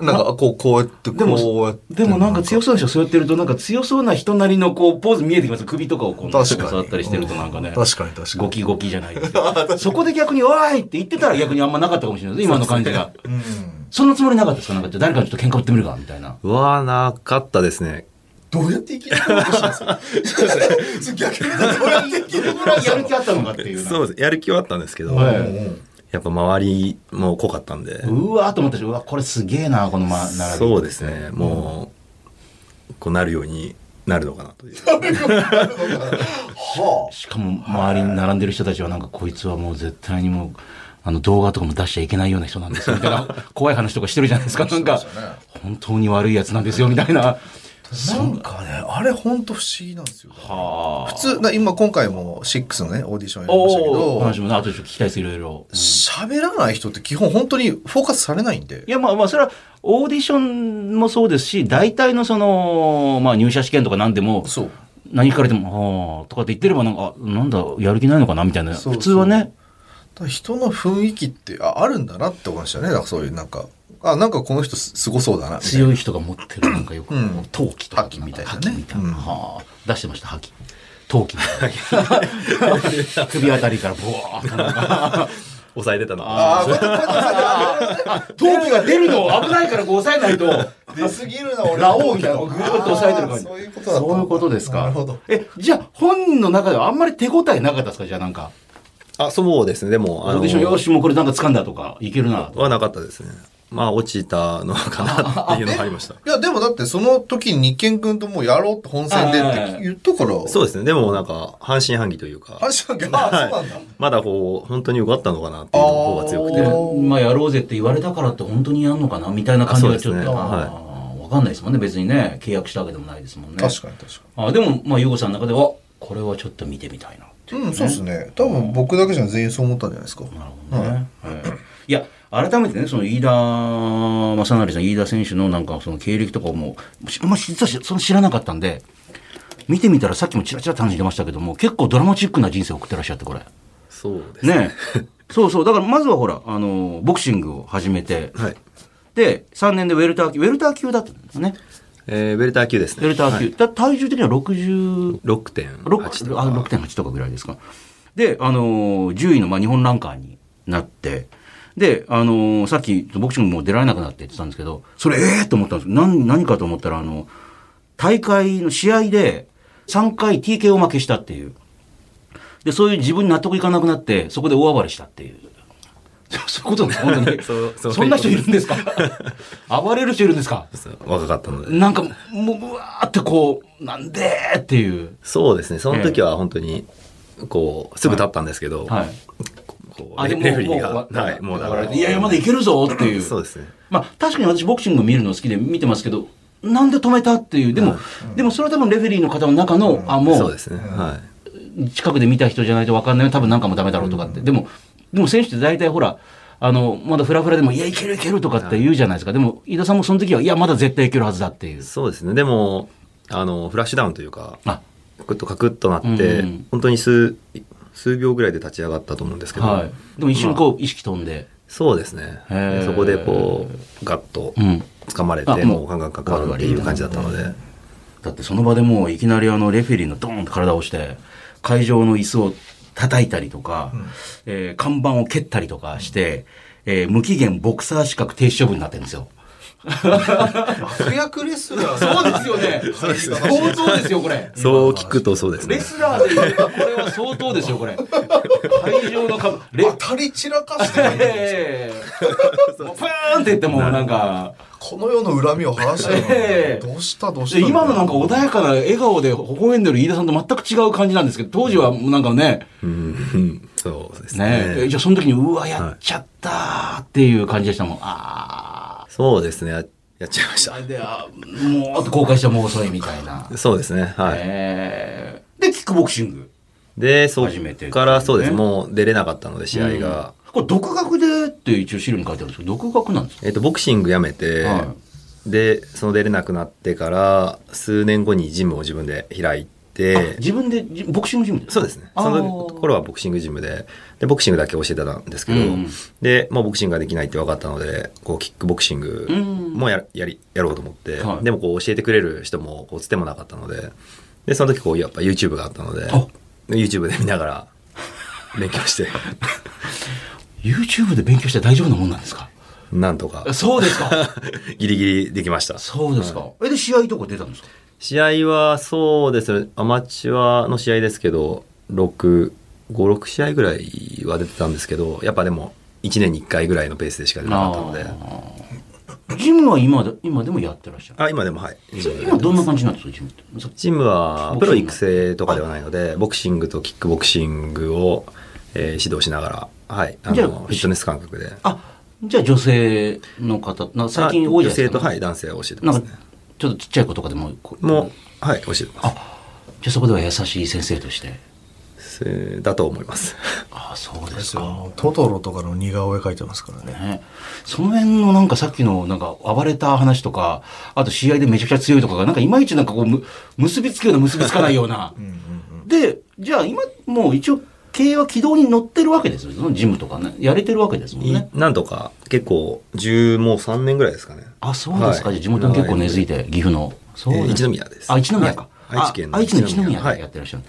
[SPEAKER 3] なんかこう、こうやって、
[SPEAKER 1] でも
[SPEAKER 3] こうやって。
[SPEAKER 1] でもなんか強そうな人そうやってると、なんか強そうな人なりのこう、ポーズ見えてきます。首とかをこう、なんか
[SPEAKER 3] 確かに
[SPEAKER 1] 触ったりしてるとなんかね。
[SPEAKER 3] 確かに確かに
[SPEAKER 1] ゴキゴキじゃないですけ ど。そこで逆に、おーいって言ってたら逆にあんまなかったかもしれないです。今の感じが。
[SPEAKER 3] うん。
[SPEAKER 1] そんなつもりなかったですかなんか、じゃあ誰かにちょっと喧嘩売ってみるかみたいな。
[SPEAKER 2] うわー、なかったですね。
[SPEAKER 3] どうやって生きるのかしらんですよ逆にどうやって生き
[SPEAKER 1] どれぐらいやる気あったのかっていうな。
[SPEAKER 2] そうです。やる気はあったんですけど、
[SPEAKER 1] はい
[SPEAKER 2] やっぱ周りも濃かったんで、
[SPEAKER 1] うわーと思ったし、うわ、これすげえな、このま、並び。
[SPEAKER 2] そうですね。もう、こうなるようになるのかなという。
[SPEAKER 3] は
[SPEAKER 1] しかも周りに並んでる人たちはなんかこいつはもう絶対にもうあの動画とかも出しちゃいけないような人なんですよみたい な怖い話とかしてるじゃないですかなんか
[SPEAKER 3] そうですよね
[SPEAKER 1] 本当に悪いやつなんですよみたいな
[SPEAKER 3] あ。なんかね、あれほんと不思議なんですよ。
[SPEAKER 1] あ
[SPEAKER 3] 普通、な今今回も6のね、オーディションやりましたけ
[SPEAKER 1] お話
[SPEAKER 3] ど、
[SPEAKER 1] もね後でちょっと聞きたいですいろいろ、うん
[SPEAKER 3] 喋らない人って基本本当にフォーカスされないんで
[SPEAKER 1] い。やまあまあそれはオーディションもそうですし大体のその、まあ、入社試験とか何でも
[SPEAKER 3] そう。
[SPEAKER 1] 何聞かれても「ああ」とかって言ってればなんかあなんだやる気ないのかなみたいな
[SPEAKER 3] そうそう
[SPEAKER 1] 普通はね
[SPEAKER 3] だから人の雰囲気ってああるんだなって思いましたね。だからそういうなんか、あ、なんかこの人すすごそうだな。 みたいな
[SPEAKER 1] 強い人が持ってるなんかよく、
[SPEAKER 3] うん
[SPEAKER 1] 陶器とか
[SPEAKER 3] 覇気みたいなね
[SPEAKER 1] 覇気みたいな
[SPEAKER 3] うん
[SPEAKER 1] はあ出してました覇気陶器みたいな首あたりからボワーッとなんか
[SPEAKER 2] 抑えてたのが。
[SPEAKER 3] あーこうやってこうやってこうやって
[SPEAKER 1] 陶器が出るの危ないからこう抑えないと
[SPEAKER 3] 出すぎるな、俺。
[SPEAKER 1] ラオウみたいなこうグーッと抑えてる感じ
[SPEAKER 3] あーそういうことだった
[SPEAKER 1] そういうことですか
[SPEAKER 3] なるほど。
[SPEAKER 1] えじゃあ本人の中ではあんまり手応えなかったですかじゃあなんか
[SPEAKER 2] あ、そうですね。でも、
[SPEAKER 1] オ
[SPEAKER 2] あ
[SPEAKER 1] ー
[SPEAKER 2] の
[SPEAKER 1] ディションよしもうこれなんか掴んだとかいけるなとか
[SPEAKER 2] はなかったですね。まあ、落ちたのかなっていうのがありました。
[SPEAKER 3] いや、でもだってその時に日健君ともうやろうって本戦で
[SPEAKER 1] はいはい
[SPEAKER 3] っ
[SPEAKER 1] は
[SPEAKER 3] て
[SPEAKER 1] い
[SPEAKER 3] 言ったから。
[SPEAKER 2] そう
[SPEAKER 3] う。
[SPEAKER 2] ですね。でも、なんか、半信半疑というか、
[SPEAKER 3] 話なんか、ああ、そうなんだ。
[SPEAKER 2] まだこう、本当に受かったのかなっていう方が強く
[SPEAKER 1] で
[SPEAKER 2] て。
[SPEAKER 3] おー
[SPEAKER 1] まあやろうぜって言われたからって本当にやんのかなみたいな感じがちょっと、
[SPEAKER 2] あそうですね
[SPEAKER 1] あーわかんないですもんね別にね契約したわけでもないですもんね
[SPEAKER 3] 確かに確か
[SPEAKER 1] あでも、まあ、ゆうごさんの中では、これはちょっと見てみたいなってい
[SPEAKER 3] に。うん、そうですね。多分僕だけじゃ全員そう思ったんじゃないですか。
[SPEAKER 1] なるほどね。はいいや、改めてね、その飯田正成さん、飯田選手のなんか、その経歴とかも、しまあ、実はしその知らなかったんで、見てみたらさっきもちらちらって話してましたけども、結構ドラマチックな人生を送ってらっしゃって、これ。
[SPEAKER 2] そうですね。
[SPEAKER 1] ねえそうそう。だから、まずはほら、あの、ボクシングを始めて、
[SPEAKER 2] はい。
[SPEAKER 1] で、3年でウェルター級、ウェルター級だったんですね。
[SPEAKER 2] えー、ベルター級です
[SPEAKER 1] ウ
[SPEAKER 2] ね。
[SPEAKER 1] ェルター級。だ体重的には60、
[SPEAKER 2] 6.8
[SPEAKER 1] 6
[SPEAKER 2] と
[SPEAKER 1] あ
[SPEAKER 2] か。
[SPEAKER 1] 6.8とかぐらいですか。で、あのー10位の、まあ、日本ランカーになって、で、あのーさっきボクシングもう出られなくなって言ってたんですけど、それええと思ったんですけど、何、何かと思ったら、あの、大会の試合で3回 TKO 負けしたっていう。で、そういう自分に納得いかなくなって、そこで大暴れしたっていう。 そそういうこと です、本当に
[SPEAKER 2] そうそう
[SPEAKER 1] そんな人いるん ですか暴れる人いるんですか
[SPEAKER 2] 若かったので。
[SPEAKER 1] なんか、もう、うわーってこう、なんでーっていう。
[SPEAKER 2] そうですね。その時は本当に、こう、すぐ立ったんですけど、
[SPEAKER 1] はい。
[SPEAKER 2] こう
[SPEAKER 1] あ、
[SPEAKER 2] レ
[SPEAKER 1] でも
[SPEAKER 2] レフェリー
[SPEAKER 1] も
[SPEAKER 2] が、
[SPEAKER 1] う
[SPEAKER 2] はい、もうだから。
[SPEAKER 1] いやいや、まだいけるぞっていう。
[SPEAKER 2] そうですね。
[SPEAKER 1] まあ、確かに私ボクシング見るの好きで見てますけど、なんで止めたっていう。でも、でもそれは多分レフェリーの方の中の、あ、も
[SPEAKER 2] そう
[SPEAKER 1] う
[SPEAKER 2] で、すね。はい。
[SPEAKER 1] 近くで見た人じゃないと分かんないよ多分なんかもダメだろうとかって。でも、でも選手って大体ほら、あの、まだフラフラでも、いや、いけるいけるとかって言うじゃないですか。でも、飯田さんもその時は、いや、まだ絶対いけるはずだっていう。
[SPEAKER 2] そうですね。でも、あの、フラッシュダウンというか、
[SPEAKER 1] あ、
[SPEAKER 2] カクッとカクッとなって、
[SPEAKER 1] うんうん
[SPEAKER 2] 本当に数、数秒ぐらいで立ち上がったと思うんですけど、
[SPEAKER 1] はい。でも一瞬こう、意識飛んで。
[SPEAKER 2] そうですね
[SPEAKER 1] へー。
[SPEAKER 2] そこでこう、ガッと
[SPEAKER 1] うん。
[SPEAKER 2] 掴まれ
[SPEAKER 1] あ
[SPEAKER 2] て、
[SPEAKER 1] もう
[SPEAKER 2] もうガンガンかかるっていう感じだったので、
[SPEAKER 1] だってその場でもういきなりあのレフェリーのドーンと体を押して、会場の椅子を叩いたりとか、えー看板を蹴ったりとかして、えー無期限ボクサー資格停止処分になってるんですよ。
[SPEAKER 3] 悪役レスラ ー。
[SPEAKER 1] そうですよね。相当ですよ、これ。
[SPEAKER 2] そう聞くとそうですね
[SPEAKER 1] レ。スラーで言うとこれは相当ですよ、これ。会場のか、レ、
[SPEAKER 3] 当たり散らかしてないんですよ
[SPEAKER 1] えー、もうパーンって言ってもなんか、
[SPEAKER 3] この世の恨みを晴らした
[SPEAKER 1] ええ
[SPEAKER 3] いどうしたどうし
[SPEAKER 1] で
[SPEAKER 3] た
[SPEAKER 1] 今のなんか穏やかな笑顔で微笑んでる飯田さんと全く違う感じなんですけど、当時はなんかね、
[SPEAKER 2] うんうんそうです
[SPEAKER 1] ねえ、
[SPEAKER 2] ね。
[SPEAKER 1] じゃあその時に、うわ、やっちゃったーっていう感じでしたもん。あ
[SPEAKER 2] そうですね。ややっちゃいまし
[SPEAKER 1] ー。で、あもう、後悔したらもう遅いみたいな。
[SPEAKER 2] た。そうですね。はい。
[SPEAKER 1] えーで、キックボクシング。
[SPEAKER 2] で、そ
[SPEAKER 1] 初めて
[SPEAKER 2] っからそうです。
[SPEAKER 1] ね
[SPEAKER 2] もう出れなかったので、試合が。
[SPEAKER 1] これ、独学でって一応資料に書いてあるんですけど、独学なんですか
[SPEAKER 2] えっと、ボクシングやめて、
[SPEAKER 1] は
[SPEAKER 2] で、その出れなくなってから、数年後にジムを自分で開いって、
[SPEAKER 1] 自分で、じボクシングジムで
[SPEAKER 2] そうですね。
[SPEAKER 1] あー
[SPEAKER 2] その頃はボクシングジムで、で、ボクシングだけ教えてたんですけど、
[SPEAKER 1] うん
[SPEAKER 2] で、まあ、ボクシングができないって分かったので、こう、キックボクシング
[SPEAKER 1] うん
[SPEAKER 2] もややり、やろうと思って、
[SPEAKER 1] はい
[SPEAKER 2] でもこう、教えてくれる人も、こう、つてもなかったので、で、その時こう、やっぱ YouTube があったので
[SPEAKER 1] あ、
[SPEAKER 2] YouTube で見ながら、勉強 して、
[SPEAKER 1] YouTube で勉強して大丈夫なもんなんですか
[SPEAKER 2] なんと か、
[SPEAKER 1] そうですか。
[SPEAKER 2] ギリギリできました。
[SPEAKER 1] そうですか。え、で、試合とか出たんですか
[SPEAKER 2] 試合は、そうですね、アマチュアの試合ですけど、6、5、6試合ぐらいは出てたんですけど、やっぱでも、1年に1回ぐらいのペースでしか出なかったので、
[SPEAKER 1] あージムは今で今でもやってらっしゃる。
[SPEAKER 2] あ、今でもはい。
[SPEAKER 1] 今どんな感じなんですか、ジムって。そ
[SPEAKER 2] ジムは、プロ育成とかではないので、ボクシングとキックボクシングを、えー指導しながら、はい、あの、
[SPEAKER 1] じゃあ
[SPEAKER 2] フィットネス感覚で。
[SPEAKER 1] あ、じゃあ女性の方、な最近多い
[SPEAKER 2] 女
[SPEAKER 1] じゃな
[SPEAKER 2] 性
[SPEAKER 1] いで
[SPEAKER 2] と、
[SPEAKER 1] すか。
[SPEAKER 2] はい、男性を教えて
[SPEAKER 1] な
[SPEAKER 2] ます
[SPEAKER 1] ん
[SPEAKER 2] ね
[SPEAKER 1] か。、ちょっとちっちゃい子とかでも、こう
[SPEAKER 2] もう、はい、教えてます。
[SPEAKER 1] じゃあそこでは優しい先生として。
[SPEAKER 2] せだと思います。
[SPEAKER 1] ああ、そうで
[SPEAKER 3] ですすよ
[SPEAKER 1] か。
[SPEAKER 3] もうトトロとかの似顔絵描いてますからね。
[SPEAKER 1] ね、その辺のなんかさっきのなんか暴れた話とか、あと試合でめちゃくちゃ強いとかが、なんかいまいちなんかこうむ結びつくような結びつかないような。で、じゃあ今もう一応経営は軌道に乗ってるわけですよ。そのジムとかね。やれてるわけですもん
[SPEAKER 2] い
[SPEAKER 1] ね。
[SPEAKER 2] なんとか、結構、10、もう3年ぐらいですかね。
[SPEAKER 1] あ、そうですか。
[SPEAKER 2] はい
[SPEAKER 1] じゃあ地元に結構根付いて、岐阜の。そう
[SPEAKER 2] えー
[SPEAKER 1] です
[SPEAKER 2] 一宮です
[SPEAKER 1] あ、一宮か。
[SPEAKER 2] はい
[SPEAKER 1] あ
[SPEAKER 2] 愛知県の
[SPEAKER 1] 愛知の
[SPEAKER 2] 一
[SPEAKER 1] 一
[SPEAKER 2] 宮
[SPEAKER 1] 宮
[SPEAKER 2] はい
[SPEAKER 1] でやってらっしゃる。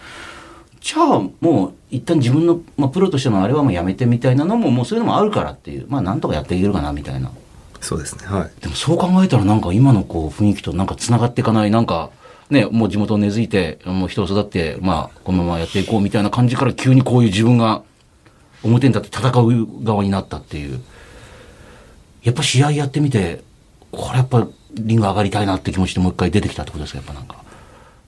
[SPEAKER 1] じゃあもう一旦自分の、まあ、プロとしてのあれはもうやめてみたいなのももうそういうのもあるからっていうまあなんとかやっていけるかなみたいな
[SPEAKER 2] そうですね。はい。
[SPEAKER 1] でもそう考えたらなんか今のこう雰囲気となんかつながっていかないなんかねもう地元根付いてもう人を育ってまあこのままやっていこうみたいな感じから急にこういう自分が表に立って戦う側になったっていうやっぱ試合やってみてこれやっぱリング上がりたいなって気持ちでもう一回出てきたってことですかやっぱなんか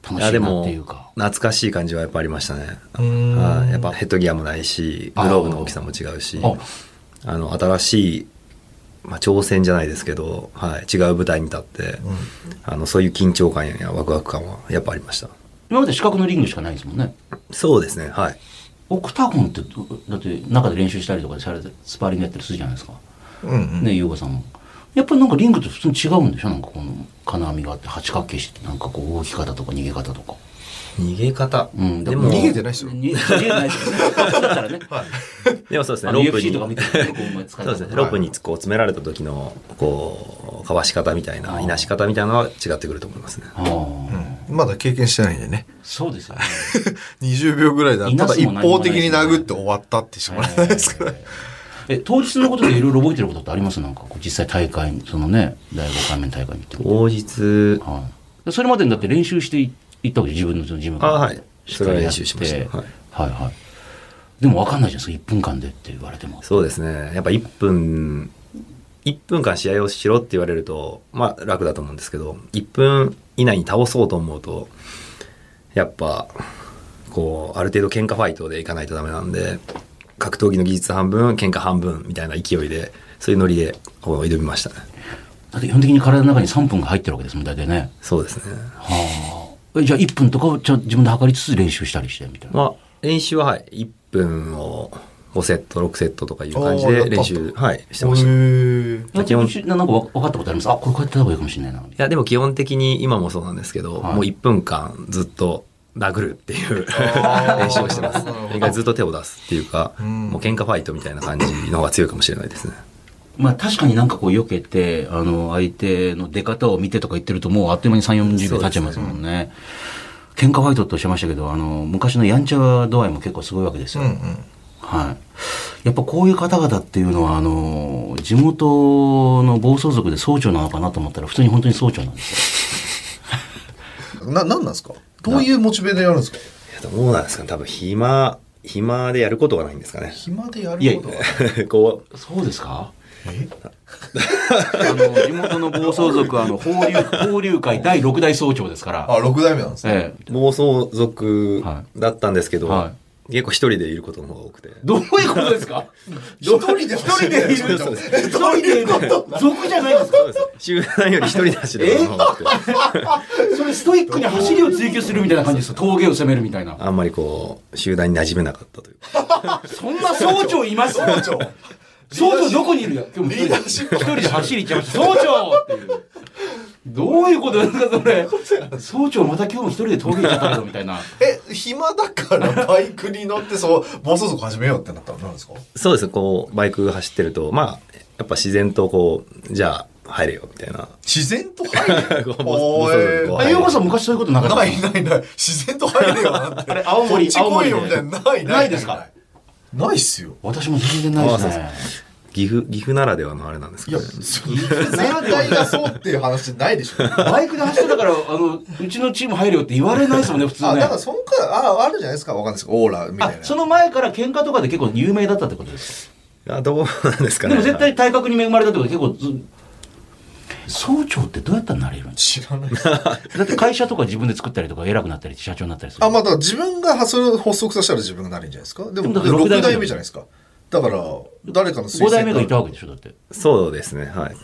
[SPEAKER 1] 楽しいなっていうか
[SPEAKER 2] 懐かしい感じはやっぱありましたね。
[SPEAKER 3] ん
[SPEAKER 2] はいやっぱヘッドギアもないし、グローブの大きさも違うし、
[SPEAKER 1] あ
[SPEAKER 2] あの、新しい、まあ、挑戦じゃないですけど、はい、違う舞台に立って、あの、そういう緊張感やワクワク感はやっぱありました。
[SPEAKER 1] 今まで四角のリングしかないですもんね
[SPEAKER 2] そうですね、はい。
[SPEAKER 1] オクタゴンってどだって中で練習したりとかでされてスパーリングやったりするじゃないですか
[SPEAKER 3] うんうん。
[SPEAKER 1] ね、優子さんも。やっぱりなんかリングと普通に違うんでしょなんかこの金網があって八角形してなんかこう動き方とか逃げ方とか。
[SPEAKER 2] 逃げ方。
[SPEAKER 1] うん、
[SPEAKER 2] でも、
[SPEAKER 3] 逃げてないっすよ
[SPEAKER 1] に逃げてないですよね。そうだった らね。
[SPEAKER 2] でもそうです
[SPEAKER 1] あ
[SPEAKER 2] ね、
[SPEAKER 1] の
[SPEAKER 2] ロープ
[SPEAKER 1] UFC とか見
[SPEAKER 2] に
[SPEAKER 1] て。るとこうお前使
[SPEAKER 2] そ
[SPEAKER 1] いう方
[SPEAKER 2] で
[SPEAKER 1] と
[SPEAKER 2] す
[SPEAKER 1] か
[SPEAKER 2] ね、ロープにこう詰められた時の、こう、かわし方みたいな、いなし方みたいなのは違ってくると思いますね。
[SPEAKER 1] ああ、
[SPEAKER 3] まだ経験してないんでね。
[SPEAKER 1] そうですよね。
[SPEAKER 3] 20秒ぐらいだ
[SPEAKER 1] いな
[SPEAKER 3] た
[SPEAKER 1] す
[SPEAKER 3] だ一
[SPEAKER 1] も何も
[SPEAKER 3] 方
[SPEAKER 1] ない
[SPEAKER 3] 的
[SPEAKER 1] ですね
[SPEAKER 3] に殴って終わったってしまらないで すから。
[SPEAKER 1] え、当日のことでいろいろ覚えてることってありますなんかこう実際大会に、そのね、第5回目の大会に行ってみて。
[SPEAKER 2] 当日、
[SPEAKER 1] はい。でそれまでにだって練習してい行ったわけでしょ自分のそのジムから。
[SPEAKER 2] あはい
[SPEAKER 1] しっかりやって
[SPEAKER 2] それは練習しました
[SPEAKER 1] は
[SPEAKER 2] はいい、
[SPEAKER 1] はい、でも分かんないじゃないですか。1分間でって言われても。
[SPEAKER 2] そうですね。やっぱ1分、1分間試合をしろって言われると、まあ楽だと思うんですけど、1分以内に倒そうと思うと、やっぱ、こう、ある程度喧嘩ファイトでいかないとダメなんで、格闘技の技術半分、喧嘩半分みたいな勢いで、そういうノリで、こう、挑みましたね。
[SPEAKER 1] だって基本的に体の中に3分が入ってるわけですもん、大体ね。
[SPEAKER 2] そうですね。
[SPEAKER 1] はあ。えじゃあ1分とかをちゃん自分で測りつつ練習したりしてみたいな。
[SPEAKER 2] まあ、練習は、はい、1分を5セット、6セットとかいう感じ
[SPEAKER 3] あーやっ
[SPEAKER 2] で練
[SPEAKER 3] ぱ
[SPEAKER 2] 習、はい、してました。
[SPEAKER 3] へえ。
[SPEAKER 1] やっ
[SPEAKER 2] 基本
[SPEAKER 1] てるうちなんかわ分かったことありますあ、これこうやってた方がいいかもしれないな。みたい
[SPEAKER 2] いや、でも基本的に今もそうなんですけど、
[SPEAKER 1] はい
[SPEAKER 2] もう1分間ずっと殴るっていう
[SPEAKER 3] あー
[SPEAKER 2] 練習をしてます
[SPEAKER 3] なるほど。
[SPEAKER 2] 一回ずっと手を出すっていうか、
[SPEAKER 3] うん
[SPEAKER 2] もう喧嘩ファイトみたいな感じの方が強いかもしれないですね。
[SPEAKER 1] なまあ確かになんかこう避けて、あの、相手の出方を見てとか言ってるともうあっという間に3、40秒経っちゃいますもんね。喧嘩ファイトっておっしゃいましたけど、あの、昔のやんちゃ度合いも結構すごいわけです
[SPEAKER 3] う
[SPEAKER 1] よ。
[SPEAKER 3] んうん。
[SPEAKER 1] はい。やっぱこういう方々っていうのは、あの、地元の暴走族で総長なのかなと思ったら、普通に本当に総長なんですよ。
[SPEAKER 3] な、なんなんですかどういうモチベでやるんですか。
[SPEAKER 2] いやどうなんですかね多分暇、暇でやることがないんですかね
[SPEAKER 3] 暇でやることは。
[SPEAKER 2] こう、
[SPEAKER 1] そうですか
[SPEAKER 3] え
[SPEAKER 1] あの、地元の暴走族は、あの、放流、放流会第6代総長ですから。
[SPEAKER 3] あ、6代目なんですね。
[SPEAKER 1] ええ。
[SPEAKER 2] 暴走族だったんですけど、
[SPEAKER 1] は
[SPEAKER 2] 結構一人でいることの方が多くて。
[SPEAKER 1] どういうことですか
[SPEAKER 3] 一人で
[SPEAKER 1] 一人でいる
[SPEAKER 2] そうで
[SPEAKER 1] 一
[SPEAKER 2] す
[SPEAKER 1] 人でいる族じゃないですか
[SPEAKER 2] そうです集団より一人で走ることの方が多くて。
[SPEAKER 1] それストイックに走りを追求するみたいな感じですよ。峠を攻めるみたいな。
[SPEAKER 2] あんまりこう、集団に馴染めなかったというか。
[SPEAKER 1] そんな総長います
[SPEAKER 3] 総長。
[SPEAKER 1] 総長どこにいるよ今日も一人
[SPEAKER 3] リーダーシップ
[SPEAKER 1] 一人で走り行っちゃいました。総長っていう。どういうことなんですか、それ。総長また今日も一人で峠行っちゃったけど、みたい な。
[SPEAKER 3] え、暇だからバイクに乗って、そう、暴走族始めようってなったら何ですか
[SPEAKER 2] そうですね、こう、バイク走ってると、まあ、やっぱ自然とこう、じゃあ、入れよ、みたいな。
[SPEAKER 3] 自然と入 る
[SPEAKER 2] こう
[SPEAKER 3] お
[SPEAKER 2] 暴
[SPEAKER 3] ーえ
[SPEAKER 2] 走族
[SPEAKER 3] ー
[SPEAKER 2] は
[SPEAKER 1] あ、
[SPEAKER 2] い
[SPEAKER 1] ゆうこさん昔そういうことなかった
[SPEAKER 3] ないないない。自然と入れよなんて。
[SPEAKER 1] あれ青森
[SPEAKER 3] こっち来いよ
[SPEAKER 1] 青森
[SPEAKER 3] み
[SPEAKER 1] で
[SPEAKER 3] たいな。ない
[SPEAKER 1] ないですか
[SPEAKER 3] ないっすよ。
[SPEAKER 1] 私も全然ないです
[SPEAKER 2] あ
[SPEAKER 1] ね。
[SPEAKER 2] 岐阜、岐阜ならではのあれなんです
[SPEAKER 3] い
[SPEAKER 2] け
[SPEAKER 3] や、
[SPEAKER 2] ど、
[SPEAKER 3] そ 全体がそうっていう話ない でしょ。あ、
[SPEAKER 1] バイクで走ってたから、あの、うちのチーム入るよって言われないですもんね、普通ね
[SPEAKER 3] だか。らそんから、あ、あるじゃないですか。わかんないですけど、オーラみた
[SPEAKER 1] あ
[SPEAKER 3] い、な。
[SPEAKER 1] その前から喧嘩とかで結構有名だったってことです
[SPEAKER 2] あどうなんです
[SPEAKER 1] かで
[SPEAKER 2] かね。
[SPEAKER 1] も絶対体格に恵まれたってことは結構ず、総長ってどうやったらなれるんです
[SPEAKER 3] 知らない。
[SPEAKER 1] かだって会社とか自分で作ったりとか偉くなったり社長になったりする。
[SPEAKER 3] あ、まあ、だから自分が、それを発足させたら自分がなるんじゃないですか。でも、
[SPEAKER 1] でもだから六
[SPEAKER 3] 6
[SPEAKER 1] 代目
[SPEAKER 3] 代目じゃないですか。だから、誰かの推
[SPEAKER 1] 5
[SPEAKER 3] 薦
[SPEAKER 1] 代目がいたわけでしょ、だって。
[SPEAKER 2] そうですね、はい。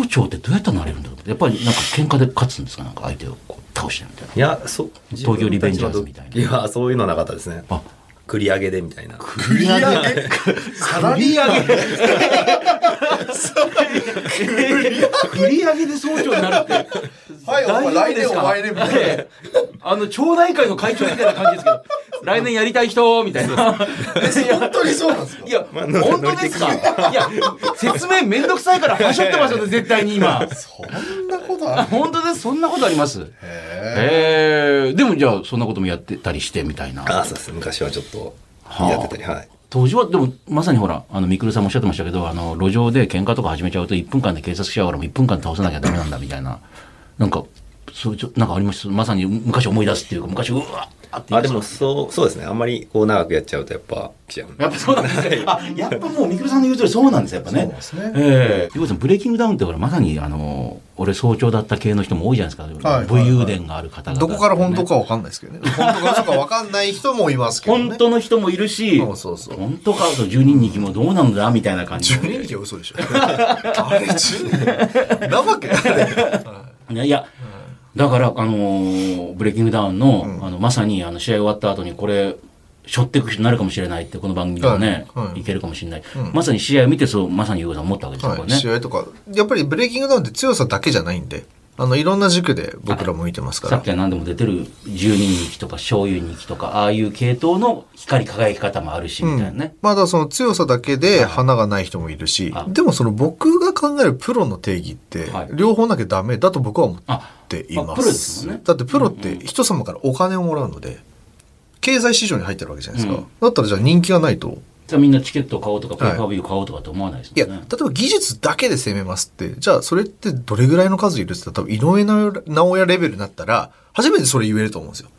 [SPEAKER 1] 総長ってどうやったらなれるんだろうやっぱりなんか喧嘩で勝つんですかなんか相手をこう倒してみたい
[SPEAKER 2] いや、そう。
[SPEAKER 1] 東京リベンジャーズみたいな
[SPEAKER 2] 自分たちの時はそういうのなかったですね。
[SPEAKER 1] あ
[SPEAKER 2] 繰り上げでみたいな。
[SPEAKER 3] 繰り上げ。 サラリーマン
[SPEAKER 1] な。売り上げで総長になるって。
[SPEAKER 3] はい、お前、来年お前ね、みたいな。
[SPEAKER 1] あの、町内会の会長みたいな感じですけど、来年やりたい人、みたいな。
[SPEAKER 3] 本当にそうなんですか
[SPEAKER 1] いや、本当ですかいや、説明めんどくさいから、はしょって ますよね、絶対に今。
[SPEAKER 3] そんなことある
[SPEAKER 1] 本当です、そんなことあります。
[SPEAKER 3] へ
[SPEAKER 1] えー、でもじゃあ、そんなこともやってたりして、みたいな。
[SPEAKER 2] あ、そうです。昔はちょっと
[SPEAKER 1] はあ
[SPEAKER 2] やってたり、はい。
[SPEAKER 1] 当時は、でも、まさにほら、あの、みくるさんもおっしゃってましたけど、あの、路上で喧嘩とか始めちゃうと、1分間で警察来ちゃうから、もう1分間倒さなきゃダメなんだ、みたいな。なんか、そう、ちょなんかありました。まさに昔思い出すっていうか、昔、うわーって言う
[SPEAKER 2] あ、でもそう、そうですね。あんまりこう長くやっちゃうとやっぱ来ちゃうんで。
[SPEAKER 1] やっぱそうなんですね。あ、やっぱもう、みくるさんの言う通りそうなんですよ、やっぱね。
[SPEAKER 3] そうですね
[SPEAKER 1] ええゆうこさん、ブレイキングダウンってほら、まさに、あの、俺早朝だった系の人も多いじゃないですか。
[SPEAKER 3] はい
[SPEAKER 1] 武勇伝がある方々、
[SPEAKER 3] どこから本当。かわかんないですけどね。本当か嘘かわかんない人もいますけどね。
[SPEAKER 1] 本当の人もいるし、
[SPEAKER 3] そうそうそう
[SPEAKER 1] 本当か、そう、十人にきもどうなんだ、みたいな感じ。
[SPEAKER 3] 12匹は嘘でしょ。 あれ、12人なわけあ
[SPEAKER 1] いやいや、だから、あのーブレイキングダウンの、あの、まさに、あの、試合終わった後に、これ、背負っていく人になるかもしれないって、この番組でもね、
[SPEAKER 3] はい
[SPEAKER 1] い
[SPEAKER 3] はい
[SPEAKER 1] けるかもしれない、まさに試合を見て、そう、まさにゆうごさん思ったわけですよ、
[SPEAKER 3] れ
[SPEAKER 1] こ
[SPEAKER 3] は
[SPEAKER 1] れ
[SPEAKER 3] い、試
[SPEAKER 1] ね。
[SPEAKER 3] 合とか。やっぱりブレイキングダウンって強さだけじゃないんで、あの、いろんな軸で僕らも見てますか
[SPEAKER 1] さっ
[SPEAKER 3] ら
[SPEAKER 1] き。は何でも出てる、十人日記とか、醤油日記とか、ああいう系統の光り輝き方もあるし、みたいなね。
[SPEAKER 3] まあだからその強さだけで花がない人もいるし
[SPEAKER 1] あ、
[SPEAKER 3] でもその僕が考えるプロの定義って
[SPEAKER 1] はい、
[SPEAKER 3] 両方なきゃダメだと僕は思ってい
[SPEAKER 1] あまあ
[SPEAKER 3] ま
[SPEAKER 1] プロです
[SPEAKER 3] す
[SPEAKER 1] もんね。
[SPEAKER 3] だってプロって人様からお金をもらうので、経済市場に入ってるわけじゃないです
[SPEAKER 1] う
[SPEAKER 3] か。だったらじゃあ人気がないと、
[SPEAKER 1] じゃあみんなチケットを買おうとか、ペーパービュー買おうとかって思わないです
[SPEAKER 3] いや、
[SPEAKER 1] よ
[SPEAKER 3] 例
[SPEAKER 1] ね。
[SPEAKER 3] えば技術だけで攻めますって、じゃあそれってどれぐらいの数いるって言ったら、多分井上直弥レベルになったら、初めてそれ言えると思うんですよ。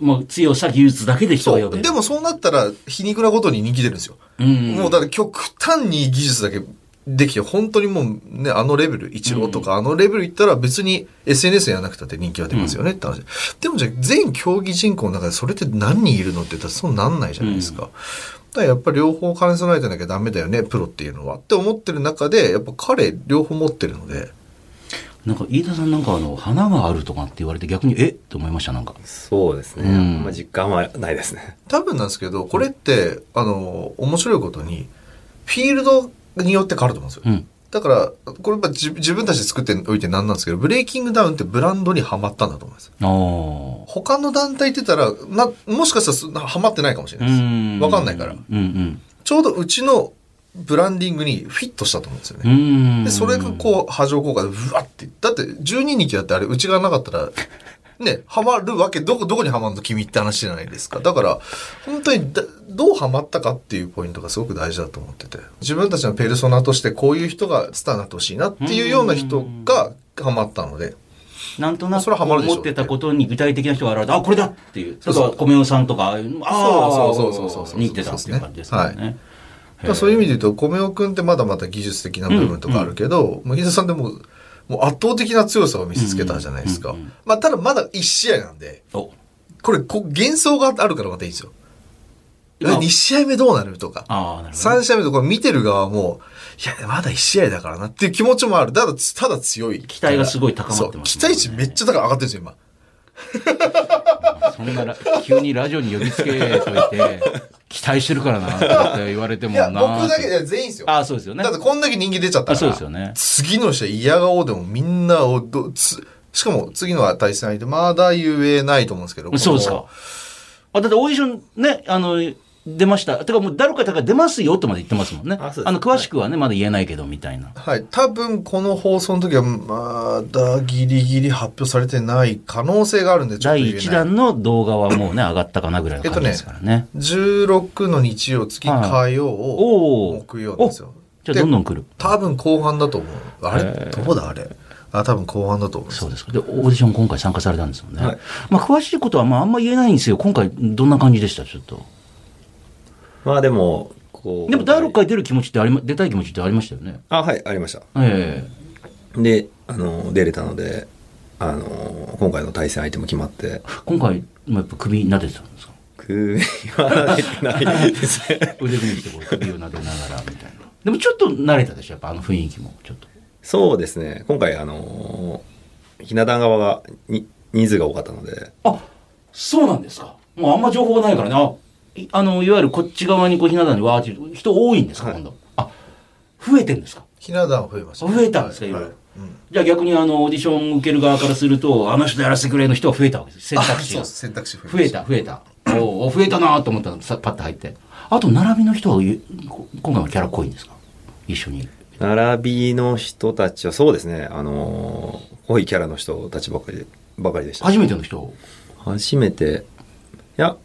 [SPEAKER 1] もう強さ、技術だけで人が
[SPEAKER 3] そ
[SPEAKER 1] 呼べ
[SPEAKER 3] う。
[SPEAKER 1] る。
[SPEAKER 3] でもそうなったら、皮肉なことに人気出るんですよ。
[SPEAKER 1] うん
[SPEAKER 3] もうだって極端に技術だけできて、本当にもうね、あのレベル、一郎とか、あのレベルいったら別に SNS やらなくたって人気は出ますよねって話。でもじゃあ全競技人口の中でそれって何人いるのって言ったらそうなんないじゃないですか。だからやっぱり両方兼ね備えてなきゃダメだよね、プロっていうのは。って思ってる中で、やっぱ彼両方持ってるので。
[SPEAKER 1] なんか、飯田さんなんか、あの、花があるとかって言われて、逆に、えって思いました、なんか。
[SPEAKER 2] そうですね。
[SPEAKER 1] うん
[SPEAKER 2] あんま実感はないですね。
[SPEAKER 3] 多分なんですけど、これって、あの、面白いことに、フィールドによって変わると思うんですよ。
[SPEAKER 1] うん。
[SPEAKER 3] だから、これやっぱ自自分たちで作っておいてなんなんですけど、ブレイキングダウンってブランドにはまったんだと思います。
[SPEAKER 1] ああ。
[SPEAKER 3] 他の団体って言ったら、な、もしかしたらそんなはまってないかもしれないです。わかんないから
[SPEAKER 1] う。ん
[SPEAKER 3] ちょうどうちのブランディングにフィットしたと思うんですよ
[SPEAKER 1] う
[SPEAKER 3] ね。
[SPEAKER 1] ん。
[SPEAKER 3] で、それがこう、波状効果で、うわって。だって、12日だってあれ、うちがなかった ら、ね、はまるわけ、どこ、どこにはまるの君って話じゃないですか。だから、本当にだ、どうはまったかっていうポイントがすごく大事だと思ってて。自分たちのペルソナとして、こういう人がスターになってほしいなっていうような人がはまったので。
[SPEAKER 1] う、なんとな
[SPEAKER 3] そ
[SPEAKER 1] く
[SPEAKER 3] れはハマるでしょ
[SPEAKER 1] 思ってたことに具体的な人が現れて、あ、これだっていう。それから、米尾さんとか、ああ、
[SPEAKER 3] そうそうそうそうそう
[SPEAKER 1] 似てたっていう感じですよね。
[SPEAKER 3] だからそういう意味で言うと、米尾くんってまだまだ技術的な部分とかあるけど、もう飯田さんでも、もう圧倒的な強さを見せつけたじゃないですか。
[SPEAKER 1] うんうんうん
[SPEAKER 3] まあ、ただまだ1試合なんで、
[SPEAKER 1] お
[SPEAKER 3] これこ、幻想があるからまたいいんですよ。
[SPEAKER 1] まあ
[SPEAKER 3] 2試合目どうなるとか、
[SPEAKER 1] ああ、なるほどね。
[SPEAKER 3] 3試合目とか見てる側も、いや、まだ1試合だからなっていう気持ちもある。ただ、ただ強い。
[SPEAKER 1] 期待がすごい高まってます
[SPEAKER 3] そ
[SPEAKER 1] もん
[SPEAKER 3] う
[SPEAKER 1] ね
[SPEAKER 3] 期待値めっちゃ高上がってるんですよ、今。
[SPEAKER 1] そんなら、急にラジオに呼びつけといて、期待してるからな、って言われても
[SPEAKER 3] い
[SPEAKER 1] な
[SPEAKER 3] や、
[SPEAKER 1] ーって。
[SPEAKER 3] 僕だけで全員ですよ。
[SPEAKER 1] あ、そうですよね
[SPEAKER 3] だっ。てこんだけ人気出ちゃったか
[SPEAKER 1] あ、
[SPEAKER 3] ら。
[SPEAKER 1] そうですよね。
[SPEAKER 3] 次の人嫌顔でもみんなをどつしかも次の対戦相手まだ言えないと思うんですけど
[SPEAKER 1] そうですか。あ、だってオーディションね、あの、出ました。てかもう誰かだから出ますよとまで言ってますもんね。
[SPEAKER 2] あ
[SPEAKER 1] あ
[SPEAKER 2] そうです
[SPEAKER 1] の、詳しくはね、まだ言えないけど、みたいな。
[SPEAKER 3] はい多分この放送の時はまだギリギリ発表されてない可能性があるんでちょっと
[SPEAKER 1] 第
[SPEAKER 3] 言え
[SPEAKER 1] 1
[SPEAKER 3] ない
[SPEAKER 1] 弾の動画はもうね、上がったかなぐらいの感じですからね。
[SPEAKER 3] 16の日曜月火曜
[SPEAKER 1] おお
[SPEAKER 3] 木曜なんですよ
[SPEAKER 1] じゃあどんどん
[SPEAKER 3] で
[SPEAKER 1] 来る。
[SPEAKER 3] 多分後半だと思うあれどこだあれあ多分後半だと思います
[SPEAKER 1] そうですか。で、オーディション今回参加されたんですもんね。
[SPEAKER 2] はい
[SPEAKER 1] まあ、詳しいことはまあ、あんま言えないんですよ。今回、どんな感じでしたちょっと。
[SPEAKER 2] まあでも、こう。
[SPEAKER 1] でも、第6回出る気持ちってありま、出たい気持ちってありましたよね。
[SPEAKER 2] あ、はい、ありました。
[SPEAKER 1] ええ
[SPEAKER 2] で、あの、出れたので、あの、今回の対戦相手も決まって、
[SPEAKER 1] 今回、まあ、やっぱ首撫でてたんですか
[SPEAKER 2] 首は慣れてないです ね。
[SPEAKER 1] 腕組みしてこう首を撫でながらみたいな。でもちょっと慣れたでしょ、やっぱあの雰囲気も。ちょっと。
[SPEAKER 2] そうですね。今回、あの、ひな壇側がに人数が多かったので、
[SPEAKER 1] あ、そうなんですか。もうあんま情報がないからね。あ、いあの、いわゆるこっち側にこう、ひな壇にわーって人多いんですか、
[SPEAKER 2] はい
[SPEAKER 1] 今度。あ、増えてんですか
[SPEAKER 3] ひな壇は増えました
[SPEAKER 1] 増えたんですか、いろ
[SPEAKER 3] はいい
[SPEAKER 1] ろ
[SPEAKER 3] はいうん
[SPEAKER 1] じゃあ逆にあの、オーディション受ける側からすると、あの人やらせてくれの人は増えたわけです。選
[SPEAKER 3] あ
[SPEAKER 1] 択肢
[SPEAKER 3] そ
[SPEAKER 1] が
[SPEAKER 3] うで。す選択肢増えま
[SPEAKER 1] 増えた、増えた。おお増えたなーと思ったの、さパッと入って。あと、並びの人はゆ、こ今回のキャラ濃いんですか一緒に。
[SPEAKER 2] 並びの人たちは、そうですね、あの、濃いキャラの人たちばかりで、ばかりでした。
[SPEAKER 1] 初めての人。
[SPEAKER 2] 初めて、いや、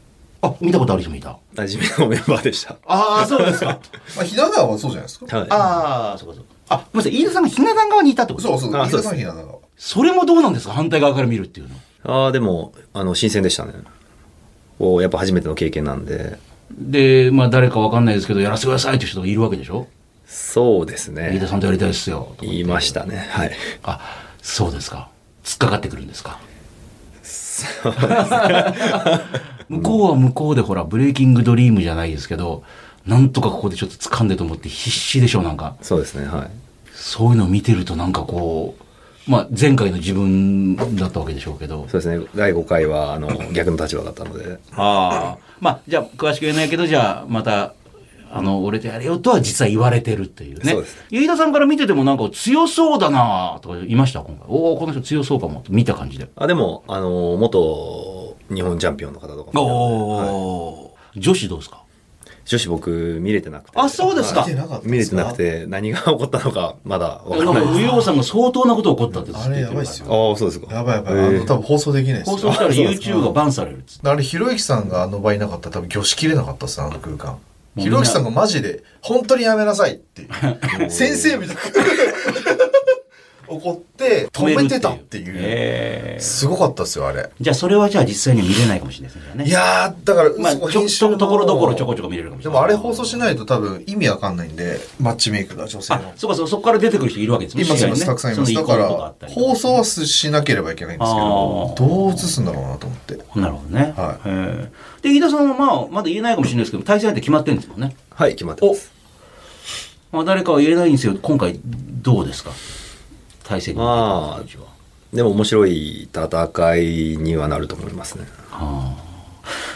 [SPEAKER 1] あ、見たことある人もいた。
[SPEAKER 2] 初めてのメンバーでした。
[SPEAKER 1] ああ、そうですか。
[SPEAKER 3] まあ、ひな壇はそうじゃないですか
[SPEAKER 2] はい
[SPEAKER 1] ああ、そうかそうか。あ、ごめんなさい、飯田さんがひな壇側にいたってこと
[SPEAKER 3] そうそう
[SPEAKER 2] あ
[SPEAKER 3] 飯
[SPEAKER 2] そうで
[SPEAKER 3] 田
[SPEAKER 2] す
[SPEAKER 3] さんひな壇は
[SPEAKER 1] それもどうなんですか反対側から見るっていうの。
[SPEAKER 2] ああ、でも、あの、新鮮でしたね。こう、やっぱ初めての経験なんで、
[SPEAKER 1] で、まあ誰かわかんないですけど、やらせてくださいっていう人がいるわけでしょ
[SPEAKER 2] そうです
[SPEAKER 1] 飯田
[SPEAKER 2] ね。
[SPEAKER 1] さんとやりたいですよ。
[SPEAKER 2] 言いましたね。はい。
[SPEAKER 1] あ、そうですか。突っかかってくるんですか。向こうは向こうでほら、ブレイキングドリームじゃないですけど、なんとかここでちょっと掴んでと思って必死でしょ、なんか。
[SPEAKER 2] そうですね。はい。
[SPEAKER 1] そういうのを見てるとなんかこう、まあ前回の自分だったわけでしょうけど。
[SPEAKER 2] そうですね。第5回は、あの、逆の立場だったので。
[SPEAKER 1] ああ。まあ、じゃあ、詳しく言えないけど、じゃあ、また、あの、俺とやれよとは実は言われてるっていうね。
[SPEAKER 2] そうです
[SPEAKER 1] 飯田さんから見ててもなんか強そうだなとか言いました、今回。おおこの人強そうかも、見た感じで。
[SPEAKER 2] あ、でも、あの、元日本チャンピオンの方とか
[SPEAKER 1] お
[SPEAKER 2] も、はい
[SPEAKER 1] お、女子どうですか
[SPEAKER 2] 女子僕、見れてなくて。
[SPEAKER 1] あそうですか
[SPEAKER 2] はい
[SPEAKER 3] 見てなかった
[SPEAKER 2] 見
[SPEAKER 3] んで
[SPEAKER 2] れ
[SPEAKER 3] す
[SPEAKER 2] て
[SPEAKER 3] か
[SPEAKER 2] なくて、何が起こったのか、まだわから
[SPEAKER 1] なん
[SPEAKER 2] な
[SPEAKER 1] か、
[SPEAKER 2] いです。
[SPEAKER 1] ウヨさんが相当なこと起こったってずっと
[SPEAKER 3] あ
[SPEAKER 1] 言っ
[SPEAKER 3] れや
[SPEAKER 1] てる
[SPEAKER 3] ばいっ
[SPEAKER 1] から
[SPEAKER 3] すよ
[SPEAKER 2] ああ、そうですか。
[SPEAKER 3] やばいやばいあ
[SPEAKER 2] え
[SPEAKER 3] の多分放送できないですよ
[SPEAKER 1] 放送したら YouTube がバンされるっつって
[SPEAKER 3] あれ、ひろゆきさんがあの場いなかったら多分魚しきれなかったっすね、あの空間。
[SPEAKER 1] みんな
[SPEAKER 3] ひろゆきさんがマジで、本当にやめなさい っていう。先生みたいな。怒って、止めてたっていう。
[SPEAKER 1] ええ
[SPEAKER 3] すごかったっすよ、あれ。
[SPEAKER 1] じゃあ、それはじゃあ実際には見れないかもしれないですねじゃあね。
[SPEAKER 3] いやー、だから、
[SPEAKER 1] まあ、
[SPEAKER 3] そこ
[SPEAKER 1] ちょ
[SPEAKER 3] 編集の
[SPEAKER 1] ところどころちょこちょこ見れるかもし
[SPEAKER 3] で
[SPEAKER 1] れない。
[SPEAKER 3] もあれ放送しないと多分意味わかんないんで、マッチメイクが女性
[SPEAKER 1] あ
[SPEAKER 3] の、。
[SPEAKER 1] そうかそう、そこから出てくる人いるわけです
[SPEAKER 3] いますいます、たくさんいます。だから、放送はしなければいけないんですけど、
[SPEAKER 1] あー
[SPEAKER 3] どう映すんだろうなと思って。
[SPEAKER 1] なるほどね。
[SPEAKER 3] は
[SPEAKER 1] へえで、飯田さんはまあ、まだ言えないかもしれないですけど、対戦相手決まってるんですもんね。
[SPEAKER 2] はい、決まってます。
[SPEAKER 1] まあ、誰かは言えないんですよ。今回、どうですか対戦相
[SPEAKER 2] まあ
[SPEAKER 1] 手は。
[SPEAKER 2] でも面白い戦いにはなると思いますね。
[SPEAKER 1] あ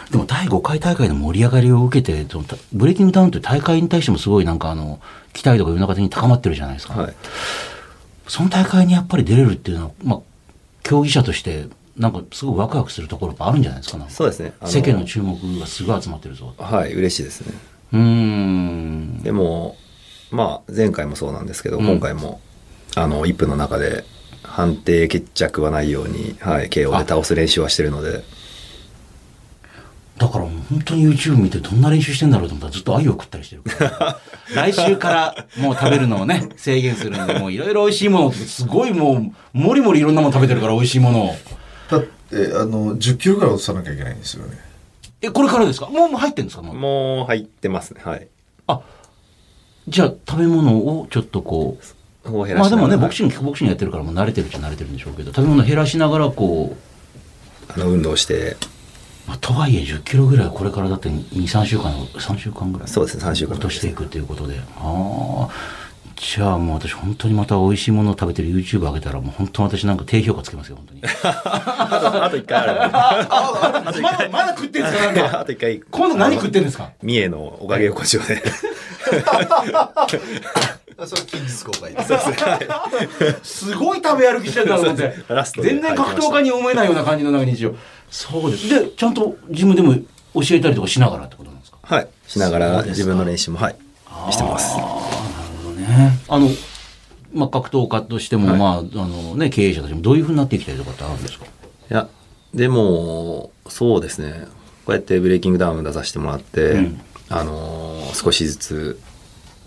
[SPEAKER 1] ーでも、第5回大会の盛り上がりを受けて、そのたブレイキングダウンという大会に対してもすごいなんかあの、期待度が世の中的に高まってるじゃないですか。
[SPEAKER 2] はい。
[SPEAKER 1] その大会にやっぱり出れるっていうのは、まあ、競技者として、なんかすごいワクワクするところもあるんじゃないですかなんか
[SPEAKER 2] そうですね。あの
[SPEAKER 1] 世間の注目がすごい集まってるぞ。
[SPEAKER 2] はい、嬉しいですね。
[SPEAKER 1] うーん。
[SPEAKER 2] でも、まあ、前回もそうなんですけど、
[SPEAKER 1] うん
[SPEAKER 2] 今回も、あの、1分の中で、判定決着はないように、はい、KO で倒す練習はしてるので、
[SPEAKER 1] だからもう本当に YouTube 見てどんな練習してんだろうと思ったらずっと鮎を食ったりしてる から。来週からもう食べるのをね、制限するんで、もういろいろ美味しいものを、すごいもう、もりもりいろんなもの食べてるから美味しいものを。
[SPEAKER 3] だって、あの、10キロぐらい落とさなきゃいけないんですよね。
[SPEAKER 1] え、これからですかもうもう入ってんですかもう。
[SPEAKER 2] もう入ってますね。はい。
[SPEAKER 1] あ、じゃあ食べ物をちょっとこう。
[SPEAKER 2] そこを減ら
[SPEAKER 1] まあ
[SPEAKER 2] し
[SPEAKER 1] で
[SPEAKER 2] なが
[SPEAKER 1] も
[SPEAKER 2] ら
[SPEAKER 1] ね、ボクシング、キックボクシングやってるからもう慣れてるっちゃ慣れてるんでしょうけど、食べ物減らしながらこう、
[SPEAKER 2] あの、運動して、
[SPEAKER 1] まあ、とはいえ10キロぐらいはこれからだって23週間の3週間ぐらい
[SPEAKER 2] そうですね3週間
[SPEAKER 1] 落としていくということでああじゃあもう私本当にまた美味しいものを食べてる YouTube 上げたらもう本当私なんか低評価つけますよ、 本当に。
[SPEAKER 2] あと、あと一回あ
[SPEAKER 1] まだ、まだ食ってんすかなん
[SPEAKER 2] る。 あ
[SPEAKER 1] か。
[SPEAKER 2] と一回。
[SPEAKER 1] 今度何食ってんですか
[SPEAKER 2] 三重のおかげ横丁で。
[SPEAKER 3] それ近日公開
[SPEAKER 1] すごい食べ歩きしてるなと思って
[SPEAKER 2] そうそうラス。トで
[SPEAKER 1] 全然格闘家に思えないような感じの中日常。そうです。で、ちゃんと自分でも教えたりとかしながらってことなんですか
[SPEAKER 2] はい。しなが
[SPEAKER 1] そう
[SPEAKER 2] ら
[SPEAKER 1] ですか
[SPEAKER 2] 自分の練習も、はい。してます。
[SPEAKER 1] ね。あの、まあ、格闘家としても、まあ、あのね、経営者としてもどういうふうになっていきたいとかってあるんですか
[SPEAKER 2] いや、でも、そうですね。こうやってブレイキングダウン出させてもらって、
[SPEAKER 1] うん
[SPEAKER 2] あのー少しずつ、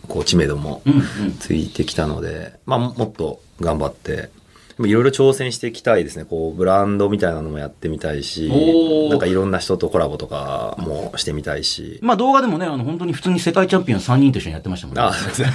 [SPEAKER 2] こう、知名度も
[SPEAKER 1] うんうん
[SPEAKER 2] ついてきたので、まあ、ももっと頑張って、でもいろいろ挑戦していきたいですね。こう、ブランドみたいなのもやってみたいし
[SPEAKER 1] おー、
[SPEAKER 2] なんかいろんな人とコラボとかもしてみたいし。
[SPEAKER 1] まあ動画でもね、あの本当に普通に世界チャンピオン3人と一緒にやってましたもんね。
[SPEAKER 2] あ、そうですね。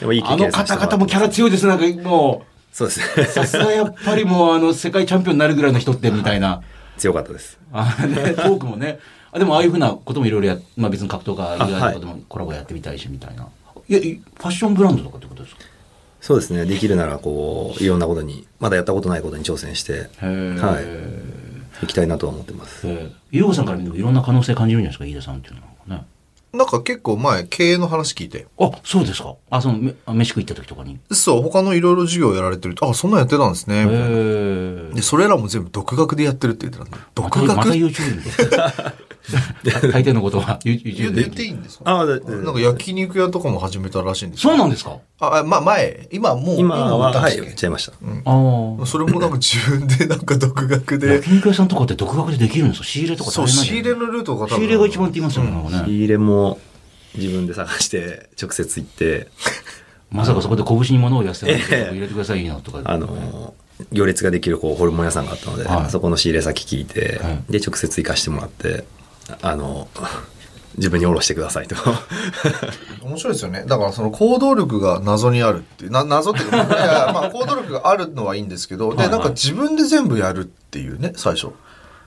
[SPEAKER 2] でもいい
[SPEAKER 1] あ
[SPEAKER 2] 経
[SPEAKER 1] の
[SPEAKER 2] 験させ
[SPEAKER 1] 方
[SPEAKER 2] ても
[SPEAKER 1] 々
[SPEAKER 2] らって
[SPEAKER 1] もキャラ強いですね、なんかも
[SPEAKER 2] そうですね
[SPEAKER 1] う。。さすがやっぱりもうあの世界チャンピオンになるぐらいの人ってみたいな。
[SPEAKER 2] 強かったです。
[SPEAKER 1] あのね、トークもね。あでもああいうふうなこともいろいろや、まあ別に格闘家以外のこともコラボやってみたいしみたいな。い、や、いファッションブランドとかってことですか
[SPEAKER 2] そうですね。できるなら、こう、いろんなことに、まだやったことないことに挑戦して、
[SPEAKER 1] へー
[SPEAKER 2] はい。いきたいなとは思ってます。
[SPEAKER 1] えー、ゆうごさんから見てもいろんな可能性感じるんじゃないですか、飯田さんっていうのはね。
[SPEAKER 3] なんか結構前、経営の話聞いて。
[SPEAKER 1] あ、そうですか。あ、その、めあ飯食い行った時とかに。
[SPEAKER 3] そう、他のいろいろ授業やられてるってあ、そんなんやってたんですね。
[SPEAKER 1] へ
[SPEAKER 3] みたいな
[SPEAKER 1] ー
[SPEAKER 3] で、それらも全部独学でやってるって言ってたんで。
[SPEAKER 1] また
[SPEAKER 3] 独学
[SPEAKER 1] また
[SPEAKER 3] って
[SPEAKER 1] YouTube に。 大抵のことは YouTube
[SPEAKER 3] 言っ
[SPEAKER 1] で
[SPEAKER 3] てい。いんですか
[SPEAKER 2] あでで
[SPEAKER 3] なんか焼肉屋とかも始めたらしいんですよ
[SPEAKER 1] そうなんですか
[SPEAKER 3] あ、あまあ前、今はもう、
[SPEAKER 2] 今は、
[SPEAKER 3] もう
[SPEAKER 2] は
[SPEAKER 3] 出
[SPEAKER 2] い、
[SPEAKER 3] してる
[SPEAKER 2] 言っちゃいました。
[SPEAKER 1] ああ。
[SPEAKER 3] それもなんか自分でなんか独学で。
[SPEAKER 1] 焼肉屋さんとかって独学でできるんですか仕入れとか
[SPEAKER 3] そう、
[SPEAKER 1] 大変なん
[SPEAKER 3] 仕
[SPEAKER 1] じゃない
[SPEAKER 3] 入れのルートが多分
[SPEAKER 1] 仕入れが一番って言いますよね。なんか
[SPEAKER 2] 仕
[SPEAKER 1] ね
[SPEAKER 2] 入れも自分で探して、直接 行って、
[SPEAKER 1] まさかそこで拳に物を痩せてなんて入れてくださいいいのとか。
[SPEAKER 2] あの、行列ができるこうホルモン屋さんがあったので、
[SPEAKER 1] はい
[SPEAKER 2] そこの仕入れ先聞いて、
[SPEAKER 1] は
[SPEAKER 2] で、直接行かしてもらって、あの、 自分におろしてくだ さいと。
[SPEAKER 3] 面白いですよね。だからその行動力が謎にあるっていう。な謎っていうか、 いやいやまあ行動力があるのはいいんですけど、
[SPEAKER 1] はい
[SPEAKER 3] で、
[SPEAKER 1] はい
[SPEAKER 3] なんか自分で全部やるっていうね、 最初。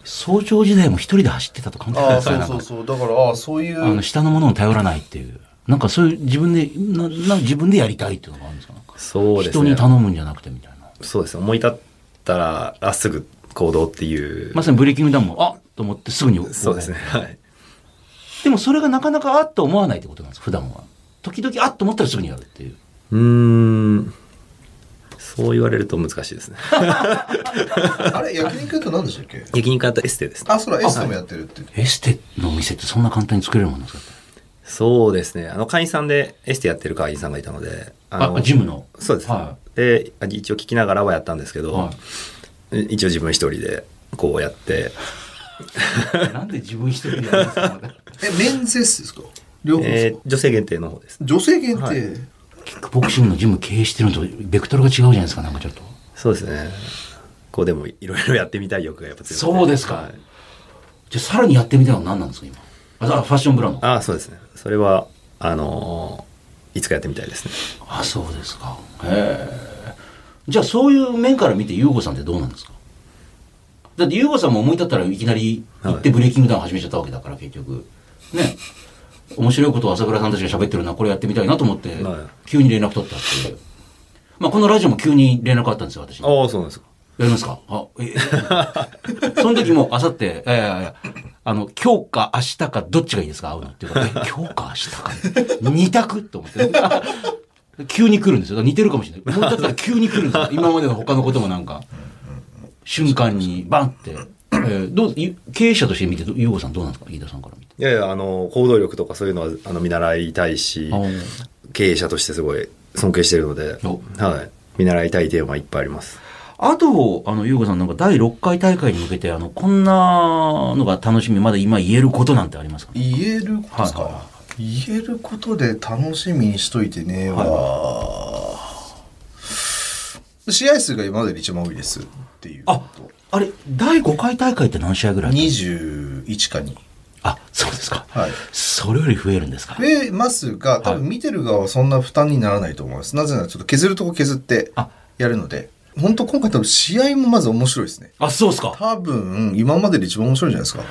[SPEAKER 1] 早朝時代も一人で走ってたと感じ
[SPEAKER 3] あ
[SPEAKER 1] で
[SPEAKER 3] あ、
[SPEAKER 1] すか
[SPEAKER 3] そ
[SPEAKER 1] ら
[SPEAKER 3] う
[SPEAKER 1] なんか
[SPEAKER 3] そうそう。だから、ああ、そうい
[SPEAKER 1] あの、
[SPEAKER 3] う。
[SPEAKER 1] 下のものを頼らないっていう。なんかそういう自分で、なな自分でやりたいっていうのがあるんですかなんか
[SPEAKER 2] そうです
[SPEAKER 1] 人
[SPEAKER 2] ね。
[SPEAKER 1] に頼むんじゃなくてみたいな。
[SPEAKER 2] そうですね。思い立ったら、あ、すぐ行動っていう。
[SPEAKER 1] まさにブレイキングダウンも、あと思ってすぐに。
[SPEAKER 2] そうですね。。はい。
[SPEAKER 1] でもそれがなかなかあっと思わないってことなんです、普段は。時々あっと思ったらすぐにやるっていう。
[SPEAKER 2] うーん。そう言われると難しいで すね。
[SPEAKER 3] あれ、焼肉って何でしたっけ
[SPEAKER 2] 焼肉屋とエステですね。
[SPEAKER 3] あ、そら、エステもやってるって。
[SPEAKER 1] エステのお店ってそんな簡単に作れるもんなんですか
[SPEAKER 2] そうですね。あの、会員さんで、エステやってる会員さんがいたので、の
[SPEAKER 1] あ、ジムの。
[SPEAKER 2] そうです、
[SPEAKER 1] は
[SPEAKER 2] で、あ一応聞きながらはやったんですけど、
[SPEAKER 1] は
[SPEAKER 2] 一応自分一人で、こうやって、
[SPEAKER 1] なんで自分一人でやるんですかまだ
[SPEAKER 3] え、メンズエステですか両方です
[SPEAKER 2] え
[SPEAKER 3] か
[SPEAKER 2] ー女性限定の方です。
[SPEAKER 3] 女性限
[SPEAKER 2] はい
[SPEAKER 3] 定。
[SPEAKER 1] キックボクシングのジム経営してるのとベクトルが違うじゃないですかなんかちょっと
[SPEAKER 2] そうですね。こうでも、いろいろやってみたい欲がやっぱ強くて
[SPEAKER 1] そうですか
[SPEAKER 2] はい
[SPEAKER 1] じゃあさらにやってみたいのは何なんですか今ああファッションブランドあ
[SPEAKER 2] あそうですね。それは、あのーいつかやってみたいですね。
[SPEAKER 1] そうですかへえじゃあそういう面から見て優吾さんってどうなんですかだって優吾さんも思い立ったらいきなり行ってブレイキングダウン始めちゃったわけだから結局ね面白いことを朝倉さんたちが喋ってるなこれやってみたいなと思って
[SPEAKER 2] はい
[SPEAKER 1] 急に連絡取ったっていうまあこのラジオも急に連絡あったんですよ私に
[SPEAKER 2] ああ、そうなんですか。
[SPEAKER 1] やりますかあ、え、え その時もう、あさって、いやいやいや、あの、今日か明日かどっちがいいですか会うのっていうことで、今日か明日か。二択と思って。急に来るんですよ。だから似てるかもしれない。もうだったら急に来るんですよ。今までの他のこともなんか、瞬間にバンって。えーどう、ゆ経営者として見て、ゆうごさんどうなんですか飯田さんから見て。
[SPEAKER 2] いやいや、あの、行動力とかそういうのは、あの、見習いたいし
[SPEAKER 1] あ、
[SPEAKER 2] 経営者としてすごい尊敬してるので、
[SPEAKER 1] お
[SPEAKER 2] はい。見習いたいテーマはいっぱいあります。
[SPEAKER 1] あと、あの、ゆうごさんなんか第6回大会に向けて、あの、こんなのが楽しみ、まだ今言えることなんてありますかね
[SPEAKER 3] 言えることですか、
[SPEAKER 1] はいはいは
[SPEAKER 3] 言えることで楽しみにしといてねは、試合数が今までで一番多いですっていう
[SPEAKER 1] あ、あれ、第5回大会って何試合ぐらいあったんです
[SPEAKER 3] 21か2
[SPEAKER 1] かあ、そうですか。
[SPEAKER 3] はい
[SPEAKER 1] それより増えるんですか
[SPEAKER 3] 増えますが多分見てる側はそんな負担にならないと思います、なぜならちょっと削るとこ削って
[SPEAKER 1] あ
[SPEAKER 3] やるので本当今回多分試合もまず面白いですね
[SPEAKER 1] あ、そうですか。
[SPEAKER 3] 多分今までで一番面白いんじゃないですか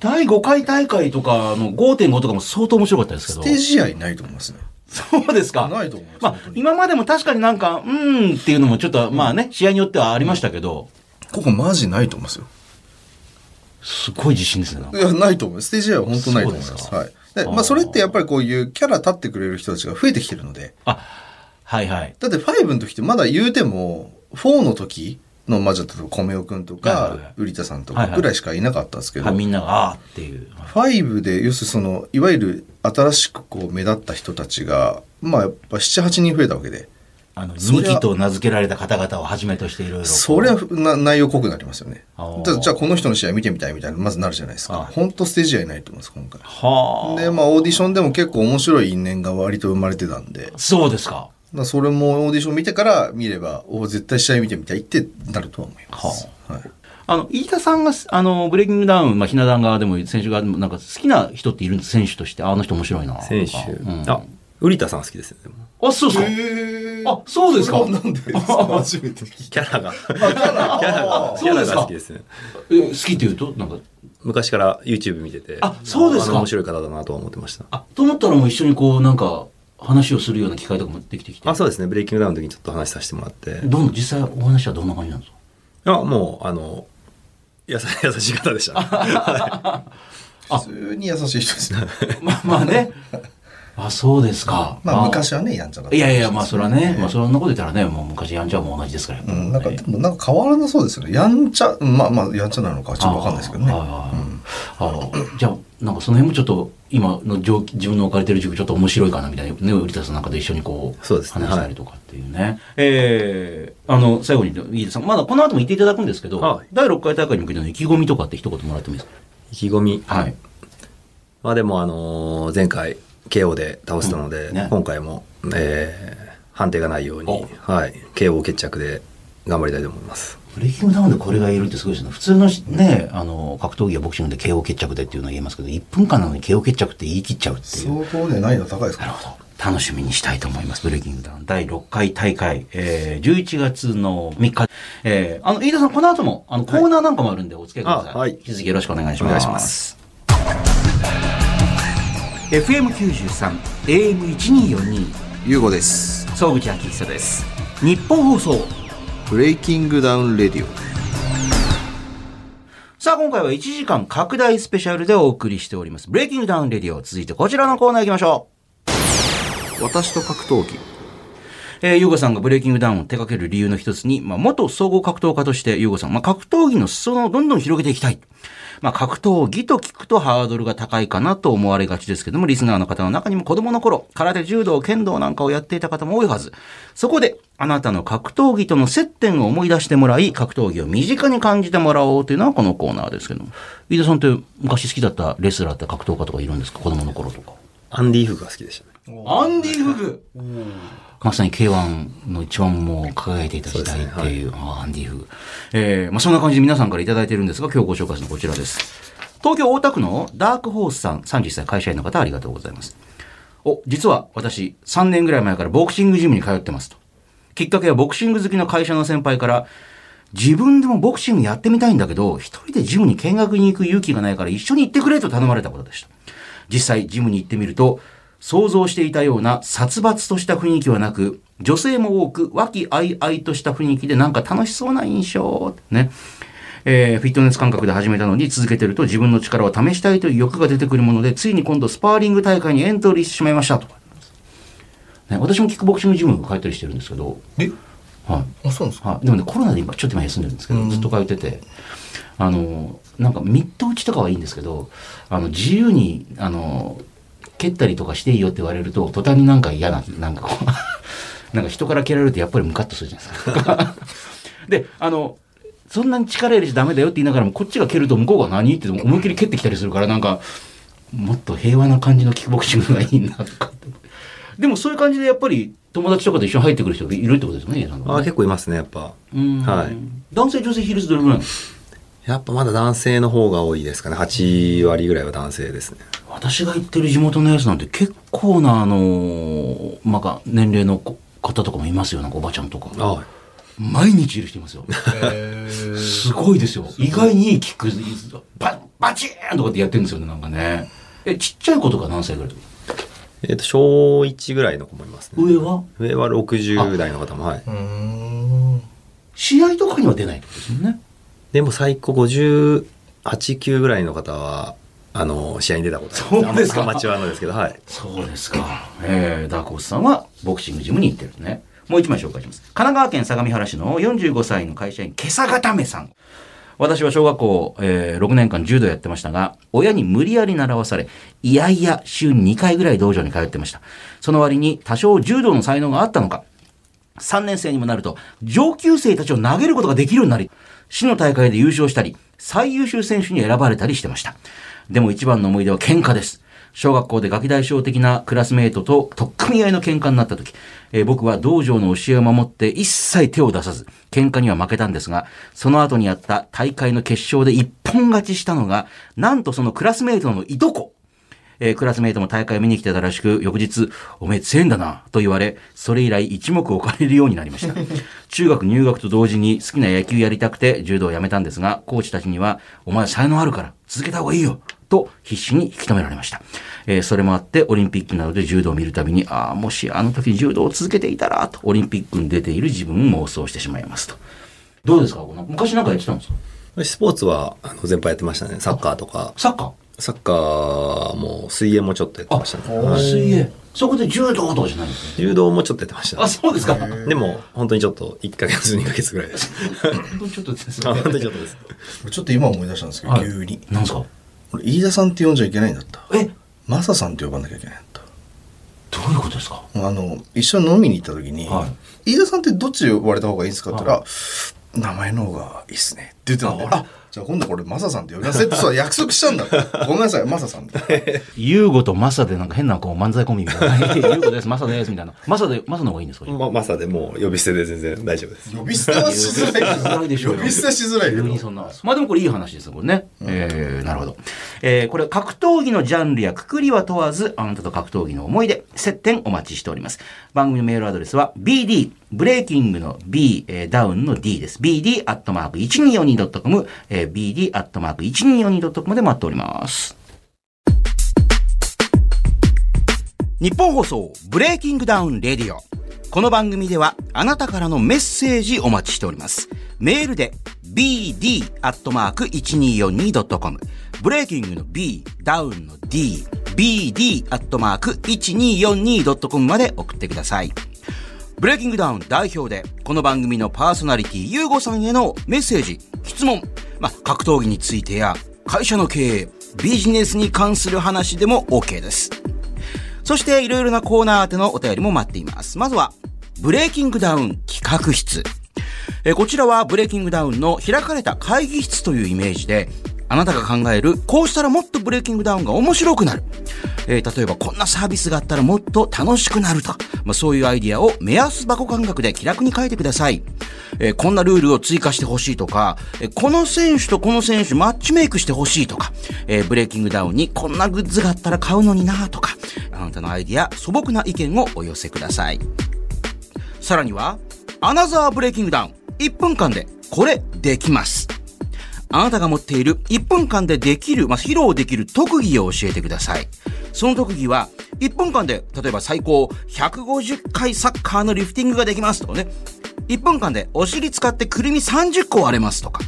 [SPEAKER 1] 第5回大会とかの5.5とかも相当面白かったですけ
[SPEAKER 3] ス
[SPEAKER 1] ど。
[SPEAKER 3] テージ試合ないと思いますね
[SPEAKER 1] そうですか。
[SPEAKER 3] ないと思います
[SPEAKER 1] まあ
[SPEAKER 3] 本当、に
[SPEAKER 1] 今までも確かになんか、うーんっていうのもちょっと、まあね、試合によってはありましたけど、
[SPEAKER 3] ここマジないと思いますよ。
[SPEAKER 1] すごい自信ですね。なんか
[SPEAKER 3] いや、ないと思います。ステージ A は本当ないと思い
[SPEAKER 1] そう
[SPEAKER 3] ま
[SPEAKER 1] です
[SPEAKER 3] す。
[SPEAKER 1] か
[SPEAKER 3] はい。で、
[SPEAKER 1] あ
[SPEAKER 3] ま
[SPEAKER 1] ー
[SPEAKER 3] あ、それってやっぱりこういうキャラ立ってくれる人たちが増えてきてるので、
[SPEAKER 1] あ、はいはい。
[SPEAKER 3] だって5の時ってまだ言うても、4の時の、まあ、じゃあ、米尾くんと
[SPEAKER 1] はいはいはい
[SPEAKER 3] か、瓜田さんと
[SPEAKER 1] は
[SPEAKER 3] か
[SPEAKER 1] いはい
[SPEAKER 3] ぐらいしかいなかったんですけど、
[SPEAKER 1] はいみんなが、あーっていう。
[SPEAKER 3] 5で、要するにその、いわゆる新しくこう目立った人たちが、まあ、やっぱ7、8人増えたわけで、
[SPEAKER 1] あの、
[SPEAKER 3] そり
[SPEAKER 1] 二
[SPEAKER 3] ゃ
[SPEAKER 1] 期と名付けられた方々をはじめとしていろいろこう。
[SPEAKER 3] そりゃな内容濃くなりますよね
[SPEAKER 1] あー。
[SPEAKER 3] じゃあ、じゃあこの人の試合見てみたいみたいな、まずなるじゃないですか。
[SPEAKER 1] はい
[SPEAKER 3] 本当ステージ A ないと思います、今回。
[SPEAKER 1] はあ。
[SPEAKER 3] で、まあ、オーディションでも結構面白い因縁が割と生まれてたんで、
[SPEAKER 1] そうですか。
[SPEAKER 3] まあそれもオーディション見てから見れば、お絶対試合見てみたいってなるとは思います。はい
[SPEAKER 1] あの、飯田さんが、あの、ブレイキングダウン、まあ、ひな壇側でも、選手側でも、なんか好きな人っているんです、選手として。ああの人面白いな。
[SPEAKER 2] 選手
[SPEAKER 1] あ、うん、
[SPEAKER 2] あ
[SPEAKER 1] あ、
[SPEAKER 2] 瓜田さん好きですね。でも
[SPEAKER 1] そうですか。あそうですか
[SPEAKER 3] それはな んでですか初めて聞い
[SPEAKER 2] キャラが、キャ
[SPEAKER 3] た。
[SPEAKER 2] ラが、
[SPEAKER 1] ー
[SPEAKER 2] キャラが
[SPEAKER 1] そ
[SPEAKER 2] 好
[SPEAKER 1] う
[SPEAKER 2] き
[SPEAKER 1] で
[SPEAKER 2] ですね。
[SPEAKER 1] え好きっていうと、なんか、
[SPEAKER 2] 昔から YouTube 見てて、
[SPEAKER 1] あそうですか
[SPEAKER 2] あの面白い方だなとは思ってました。
[SPEAKER 1] あ、と思ったらもう一緒にこう、なんか、話をするような機会とかもできてきて。
[SPEAKER 2] あ、そうですね。ブレイキングダウンの時にちょっと話させてもらって、
[SPEAKER 1] どうも実際お話はどんな感じなんですか
[SPEAKER 2] あもう、あの、優し 優しい方でし た、ね。
[SPEAKER 1] あ
[SPEAKER 3] 普通に優しい人ですね。
[SPEAKER 1] まあまあね。あ、そうですか。
[SPEAKER 3] まあ、昔はね、やんちゃだった。
[SPEAKER 1] いやいや、まあそれはね、まあそんなこと言ったらね、もう昔やんちゃんも同じですから。
[SPEAKER 3] うん、なんか、でもなんか変わらなそうですよね。やんちゃ、うんまあまあ、やんちゃなのかちょっとわかんないですけどね。
[SPEAKER 1] あーあーあーじゃあ、なんかその辺もちょっと、今の状況自分の置かれてる状況ちょっと面白いかなみたいな、ね、売田さんなんかと一緒にこう、
[SPEAKER 2] そうですね
[SPEAKER 1] 話したりとかっていうね。えー、あの、最後に、飯田さん、まだこの後も言っていただくんですけど、
[SPEAKER 2] はい
[SPEAKER 1] 第6回大会に向けての意気込みとかって一言もらってもいいです
[SPEAKER 2] 意気込み。
[SPEAKER 1] かはい。
[SPEAKER 2] まあでも、あのー前回、KO で倒せたので、
[SPEAKER 1] うんね
[SPEAKER 2] 今回も、えー判定がないように、
[SPEAKER 1] お
[SPEAKER 2] はい、KO 決着で頑張りたいと思います。
[SPEAKER 1] ブレイキングダウンでこれが言えるってすごいですね。普通のしね、あの、格闘技やボクシングで KO 決着でっていうのは言えますけど、1分間なのに KO 決着って言い切っちゃうっていう。
[SPEAKER 3] 相当ね、難易度高いですから。
[SPEAKER 1] 楽しみにしたいと思います。ブレイキングダウン第6回大会、えー、11月の3日。えー、あの、飯田さん、この後も、あの、コーナーなんかもあるんで、お付き合いください。
[SPEAKER 2] あはい
[SPEAKER 1] 引き続きよろしくお願いし
[SPEAKER 2] お願
[SPEAKER 1] ま
[SPEAKER 2] い
[SPEAKER 1] す。
[SPEAKER 2] します。
[SPEAKER 1] FM93、AM1242、
[SPEAKER 3] ゆうごです。
[SPEAKER 1] 総口昭久です。日本放送。
[SPEAKER 3] ブレイキングダウンレディオ。
[SPEAKER 1] さあ、今回は1時間拡大スペシャルでお送りしております。ブレイキングダウンレディオ。続いてこちらのコーナー行きましょう。
[SPEAKER 3] 私と格闘技。
[SPEAKER 1] えー、ゆうごさんがブレイキングダウンを手掛ける理由の一つに、まあ、元総合格闘家として、ゆうごさん、まあ、格闘技の裾野をどんどん広げていきたい。まあ、格闘技と聞くとハードルが高いかなと思われがちですけども、リスナーの方の中にも子供の頃、空手、柔道、剣道なんかをやっていた方も多いはず。そこで、あなたの格闘技との接点を思い出してもらい、格闘技を身近に感じてもらおうというのはこのコーナーですけども。飯田さんって昔好きだったレスラーって格闘家とかいるんですか子供の頃とか。
[SPEAKER 2] アンディ・フグが好きでしたね。
[SPEAKER 1] アンディ・フグまさに K1 の一番もう輝いていた時代っていう、あーアンディ・フグ。えーまあ、そんな感じで皆さんからいただいてるんですが、今日ご紹介するのはこちらです。東京大田区のダークホースさん、31歳会社員の方、ありがとうございます。お、実は私、3年ぐらい前からボクシングジムに通ってますと。きっかけはボクシング好きの会社の先輩から、自分でもボクシングやってみたいんだけど、一人でジムに見学に行く勇気がないから一緒に行ってくれと頼まれたことでした。実際、ジムに行ってみると、想像していたような殺伐とした雰囲気はなく、女性も多く、和気あいあいとした雰囲気でなんか楽しそうな印象。ね。えーフィットネス感覚で始めたのに続けてると自分の力を試したいという欲が出てくるもので、ついに今度スパーリング大会にエントリーしてしまいましたと。ね、私もキックボクシングジム通ったりしてるんですけど、
[SPEAKER 3] え
[SPEAKER 1] はい。
[SPEAKER 3] あ、そうなんですか
[SPEAKER 1] はい、でもねコロナで今ちょっと今休んでるんですけど、ずっと通っててあのなんかミット打ちとかはいいんですけどあの自由にあの蹴ったりとかしていいよって言われると途端になんか嫌ななんかこう なんか人から蹴られるとやっぱりムカッとするじゃないです か。であのそんなに力入れちゃダメだよって言いながらもこっちが蹴ると向こうが何って思いっきり蹴ってきたりするからなんかもっと平和な感じのキックボクシングがいいなとかってでもそういう感じでやっぱり友達とかと一緒に入ってくる人がいるってことですよね。家さんとかね
[SPEAKER 2] あー結構いますね、やっぱ。
[SPEAKER 1] うん
[SPEAKER 2] はい
[SPEAKER 1] 男性女性比率どれぐらいなの
[SPEAKER 2] やっぱまだ男性の方が多いですかね。8割ぐらいは男性ですね。
[SPEAKER 1] 私が行ってる地元のやつなんて結構なあのーまあ年齢の子方とかもいますよなんかおばちゃんとか
[SPEAKER 2] あ
[SPEAKER 1] 毎日いる人いますよすごいですよ意外にいいキックババチーンとかってやってるんですよねなんかねえちっちゃい子とか何歳ぐらいとか
[SPEAKER 2] えっ、と、小1ぐらいの子もいますね。
[SPEAKER 1] 上は
[SPEAKER 2] 上は60代の方も、はい。
[SPEAKER 3] うん。
[SPEAKER 1] 試合とかには出ないってことですもんね。
[SPEAKER 2] でも最高58、9ぐらいの方は、あの、試合に出たことあり
[SPEAKER 1] そうですか
[SPEAKER 2] アマアマチュアなんですけど、はい。
[SPEAKER 1] そうですか。えー、ダークホースさんはボクシングジムに行ってるんですね。もう一枚紹介します。神奈川県相模原市の45歳の会社員、けさがためさん。私は小学校、えー6年間柔道やってましたが、親に無理やり習わされ、いやいや週に2回ぐらい道場に通ってました。その割に多少柔道の才能があったのか、3年生にもなると、上級生たちを投げることができるようになり、市の大会で優勝したり、最優秀選手に選ばれたりしてました。でも一番の思い出は喧嘩です。小学校でガキ大将的なクラスメートと取っ組み合いの喧嘩になった時、えー僕は道場の教えを守って一切手を出さず、喧嘩には負けたんですが、その後にやった大会の決勝で一本勝ちしたのが、なんとそのクラスメートのいとこ。えークラスメイトも大会見に来てたらしく、翌日、おめえ強いんだな、と言われ、それ以来一目置かれるようになり ました。中学入学と同時に好きな野球やりたくて柔道をやめたんですが、コーチたちには、お前才能あるから、続けた方がいいよ、と必死に引き止められました。えーそれもあって、オリンピックなどで柔道を見るたびに、ああ、もしあの時柔道を続けていたら、とオリンピックに出ている自分を妄想してしまいますと。どうですかこの昔なんかやってたんですか
[SPEAKER 2] 私スポーツは、あの、全般やってましたね。サッカーとか、
[SPEAKER 1] サッカー
[SPEAKER 2] サッカーも、水泳もちょっとやってましたね。
[SPEAKER 1] あ、水泳。そこで柔道とかじゃないんですね
[SPEAKER 2] 柔道もちょっとやってました
[SPEAKER 1] あ、。そうですか。
[SPEAKER 2] でも、本当にちょっと、1ヶ月、2ヶ月ぐらいです。
[SPEAKER 1] 本当にちょっとです
[SPEAKER 2] あ
[SPEAKER 1] ね。
[SPEAKER 2] 本当にちょっとです。
[SPEAKER 3] ちょっと今思い出したんですけど、
[SPEAKER 1] はい
[SPEAKER 3] 急に。
[SPEAKER 1] なんですか
[SPEAKER 3] 俺、飯田さんって呼んじゃいけないんだった。
[SPEAKER 1] え、ど
[SPEAKER 3] マサさんって呼ばなきゃいけないんだった。
[SPEAKER 1] ういうことですか
[SPEAKER 3] あの一緒に飲みに行った時に、
[SPEAKER 1] は
[SPEAKER 3] 飯田さんってどっち呼ばれた方がいいんですか?」って言ったら、名前の方がいいっすね」って言ってたんで「あじゃあ今度これマサさんって呼びなさい」ってそう約束したんだごめんなさいマサさん って
[SPEAKER 1] ユーゴとマサでなんか変なこう漫才コンビみたいな。ユ ーゴです、マサです、みたいな。マサで、マサの方がいいんですか今
[SPEAKER 2] ま、まさでもう、呼び捨てで全然大丈夫です。
[SPEAKER 3] 呼び捨てはしづらいけ
[SPEAKER 1] 呼び捨てしづらいでしょ
[SPEAKER 3] ど
[SPEAKER 1] うよ
[SPEAKER 3] 呼び捨てしづらい
[SPEAKER 1] 急に
[SPEAKER 3] け
[SPEAKER 1] そ
[SPEAKER 3] ど
[SPEAKER 1] んな。まあでもこれいい話ですよ、これね。えー、なるほど。えー、これ格闘技のジャンルやくくりは問わず、あなたと格闘技の思い出、接点お待ちしております。番組のメールアドレスは BD、ブレイキングの B、えーダウンの D です。BD アットマーク 1242.com、えー、BD アットマーク 1242.com で待っております。日本放送ブレイキングダウンレディオこの番組ではあなたからのメッセージお待ちしておりますメールで bd.1242.com ブレイキングの b ダウンの d bd.1242.com まで送ってくださいブレイキングダウン代表で、この番組のパーソナリティ、ゆうごさんへのメッセージ、質問、まあ、格闘技についてや、会社の経営、ビジネスに関する話でも OK です。そして、いろいろなコーナー宛てのお便りも待っています。まずは、ブレイキングダウン企画室。えーこちらはブレイキングダウンの開かれた会議室というイメージで、あなたが考える、こうしたらもっとブレイキングダウンが面白くなる。えー例えばこんなサービスがあったらもっと楽しくなると。まあ、そういうアイディアを目安箱感覚で気楽に書いてください。えーこんなルールを追加してほしいとか、えーこの選手とこの選手マッチメイクしてほしいとか、えーブレイキングダウンにこんなグッズがあったら買うのになとか、あなたのアイディア、素朴な意見をお寄せください。さらには、アナザーブレイキングダウン。1分間で、これ、できます。あなたが持っている1分間でできる、まあ、披露できる特技を教えてください。その特技は、1分間で、例えば最高150回サッカーのリフティングができますとかね。1分間でお尻使ってくるみ30個割れますとか。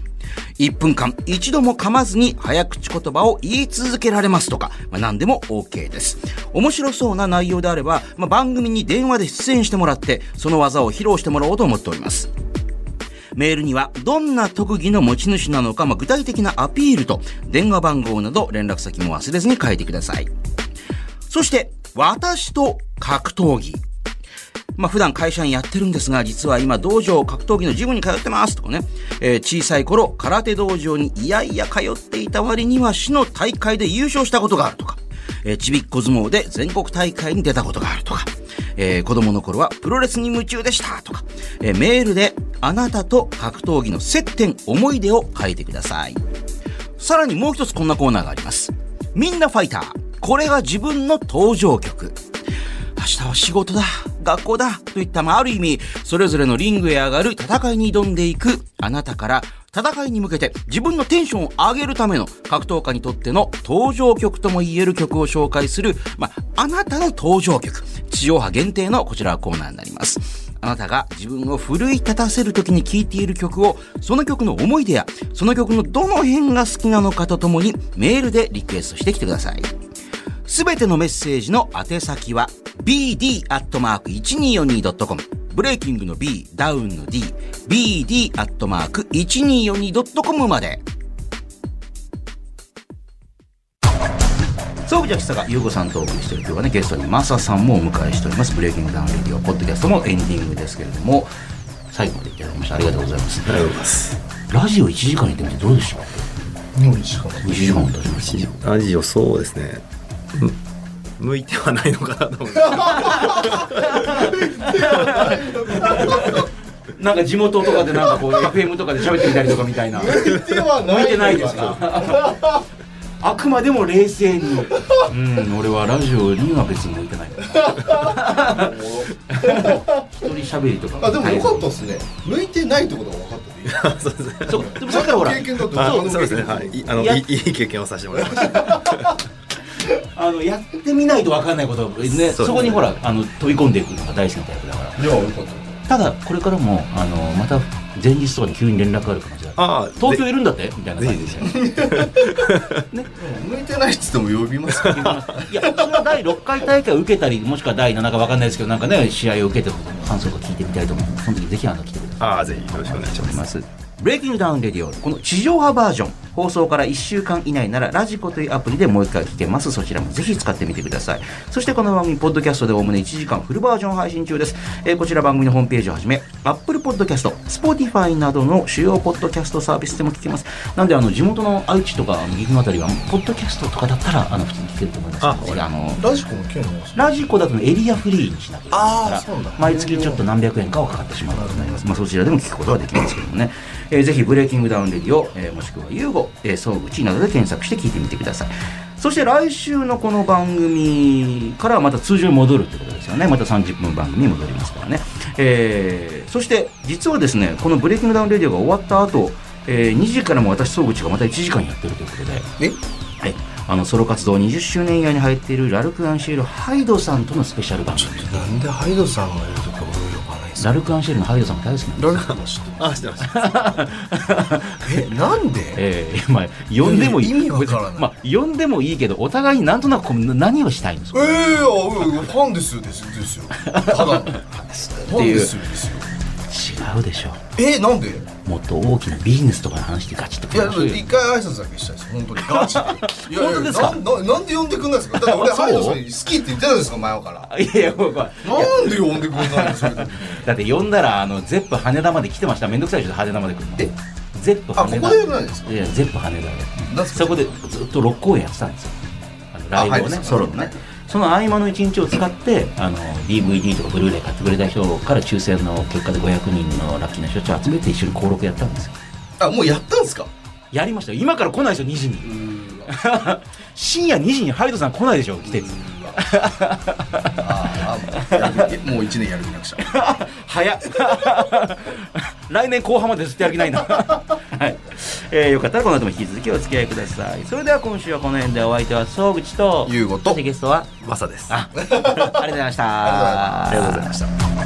[SPEAKER 1] 1分間一度も噛まずに早口言葉を言い続けられますとか、まあ、何でも OK です。面白そうな内容であれば、まあ、番組に電話で出演してもらって、その技を披露してもらおうと思っております。メールには、どんな特技の持ち主なのか、まあ具体的なアピールと、電話番号など連絡先も忘れずに書いてください。そして、私と格闘技。まあ、普段会社にやってるんですが、実は今、道場、格闘技のジムに通ってますとかね、えー小さい頃、空手道場にいやいや通っていた割には、市の大会で優勝したことがあるとか、えーちびっこ相撲で全国大会に出たことがあるとか、えー子供の頃はプロレスに夢中でしたとか、えーメールで、あなたと格闘技の接点、思い出を書いてください。さらにもう一つこんなコーナーがあります。みんなファイター。これが自分の登場曲。明日は仕事だ、学校だ、といった、まあ、ある意味、それぞれのリングへ上がる戦いに挑んでいく、あなたから、戦いに向けて自分のテンションを上げるための格闘家にとっての登場曲とも言える曲を紹介する、まあ、あなたの登場曲、地上波限定のこちらコーナーになります。あなたが自分を奮い立たせる時に聴いている曲を、その曲の思い出や、その曲のどの辺が好きなのかとともに、メールでリクエストしてきてください。すべてのメッセージの宛先は、bd.1242.com、ブレイキングの B、ダウンの D、bd.1242.com まで。総武じゃ久がゆうごさんとお送りしている今日はねゲストにマサさんもお迎えしておりますブレイキングダウンレディオポッドキャストのエンディングですけれども最後までいただきましてありがとうございます
[SPEAKER 2] ありがとうございます
[SPEAKER 1] ラジオ1時間やってみてどうでした
[SPEAKER 3] もういい時間
[SPEAKER 1] 1時間も経ちました
[SPEAKER 2] ラジオそうですねむ向いてはないのかなと 思って
[SPEAKER 1] なんか地元とかでなんかこ う FM とかで喋ってみたりとかみたいな 向
[SPEAKER 3] 見てはい
[SPEAKER 1] てないです かあくまでも冷静にうん俺はラジオには別に向いてない一人喋りとか
[SPEAKER 4] あでも良かったですね向いてないってことが分かったね
[SPEAKER 2] そうですね
[SPEAKER 1] そうでもさっきからほら
[SPEAKER 4] 経験だと
[SPEAKER 2] あ
[SPEAKER 4] 他の経験
[SPEAKER 2] そうですねはいいあの
[SPEAKER 1] いや
[SPEAKER 2] いいいい経験をさせてもらいました
[SPEAKER 1] あのやってみないと分かんないことねそ
[SPEAKER 2] ね
[SPEAKER 1] そこにほらあの飛び込んでいくのが大好きなタイプだから
[SPEAKER 4] いや良かった
[SPEAKER 1] ただこれからもあのまた前日とかに急に連絡があるかもしれない
[SPEAKER 2] ああ
[SPEAKER 1] 東京
[SPEAKER 2] で
[SPEAKER 1] いるんだってみたいな感じで
[SPEAKER 4] 向いてないっつっても呼び ますから
[SPEAKER 1] いや、それは第6回大会を受けたり、もしくは第7回わかんないですけど、なんかね、試合を受けて、感想が聞いてみたいと思うので、その時ぜひあの来てください。
[SPEAKER 2] ああぜひよろしくお願いします
[SPEAKER 1] す。ブレイキングダウンレディオ、この地上波バージョン、放送から1週間以内なら、ラジコというアプリでもう一回聞けます。そちらもぜひ使ってみてください。そしてこの番組、ポッドキャストでおおむね1時間フルバージョン配信中です。えーこちら番組のホームページをはじめ、Apple Podcast、Spotify などの主要ポッドキャストサービスでも聞けます。なんで、あの、地元の愛知とか、あの岐阜のあたりは、ポッドキャストとかだったら、あの、普通に聞けると思いますので。ぜひ
[SPEAKER 2] あ
[SPEAKER 1] あの、
[SPEAKER 4] ラジコの件の
[SPEAKER 1] ラジコだとエリアフリーにしなきゃいけない
[SPEAKER 4] あ
[SPEAKER 1] か
[SPEAKER 4] ーそうだ
[SPEAKER 1] ら毎月ちょっと何百円かはかかってしまうことになります、まあ、そちらでも聞くことはできますけどもね、えーぜひ「ブレイキングダウンレディオ」えーもしくは「ユーゴ」えー「総口」などで検索して聞いてみてくださいそして来週のこの番組からはまた通常に戻るってことですよねまた30分番組に戻りますからね、えーそして実はですねこの「ブレイキングダウンレディオ」が終わった後、えー2時からも私総口がまた1時間やってるということで
[SPEAKER 3] え
[SPEAKER 1] はい、あのソロ活動20周年以内に入っているラルク・アンシェル・ハイドさんとのスペシャル番組
[SPEAKER 3] なんでハイドさんがいるとか俺呼ばないんですか
[SPEAKER 1] ラルク・アンシェルのハイドさんが大好きなんです
[SPEAKER 3] ラルフの人
[SPEAKER 2] ああしてました
[SPEAKER 3] えなんで
[SPEAKER 1] ええまあ呼んでもいい
[SPEAKER 3] 意味わからない
[SPEAKER 1] まあ、呼んでもいいけどお互いになんとなくこう何をしたいんです
[SPEAKER 4] え
[SPEAKER 1] か、
[SPEAKER 4] えー、あうんファンですよですよですよただ のファンですよですよ
[SPEAKER 1] 違うでしょ
[SPEAKER 4] えー、なんで
[SPEAKER 1] もっと大きなビジネスとかの話でガチッと
[SPEAKER 4] い
[SPEAKER 1] 来
[SPEAKER 4] や
[SPEAKER 1] ましょうよ
[SPEAKER 4] 一回挨拶だけしたいです本当にガチでいやいや
[SPEAKER 1] 本当ですか
[SPEAKER 4] なななんで呼んでくんないですかだって俺
[SPEAKER 1] あそう
[SPEAKER 4] ハイドさんに好きって言ってたんですか前から
[SPEAKER 1] いやいやもうこれ
[SPEAKER 4] なんで呼んでくんないんですか
[SPEAKER 1] だって呼んだらあのゼップ羽田まで来てましためんどくさいでしょ羽田まで来るの
[SPEAKER 4] え
[SPEAKER 1] ゼップ
[SPEAKER 4] あ
[SPEAKER 1] 羽
[SPEAKER 4] こ
[SPEAKER 1] 田
[SPEAKER 4] こで呼んないんですか
[SPEAKER 1] いやゼップ羽田で
[SPEAKER 4] なんすか
[SPEAKER 1] そこでずっと6公演やってたんですよあのライブを
[SPEAKER 4] あ
[SPEAKER 1] ね、
[SPEAKER 4] はい
[SPEAKER 1] ソロのねその合間の1日を使ってあの DVD とかブルーレイ買ってくれた人から抽選の結果で500人のラッキーな人たちを集めて一緒に登録やったんですよ
[SPEAKER 4] あもうやったんですか
[SPEAKER 1] やりましたよ今から来ないでしょ2時に 深夜2時にハイドさん来ないでしょ来て
[SPEAKER 4] あーあーもうもう一年やる気なくした
[SPEAKER 1] 早っ 来年後半までずっとやる気 ないな、はいえーよかったらこの後も引き続きお付き合いくださいそれでは今週はこの辺でお相手は総口と
[SPEAKER 4] 優吾と
[SPEAKER 1] そしてゲストは
[SPEAKER 2] マサです
[SPEAKER 1] あありがとうございました
[SPEAKER 4] ありがとうございました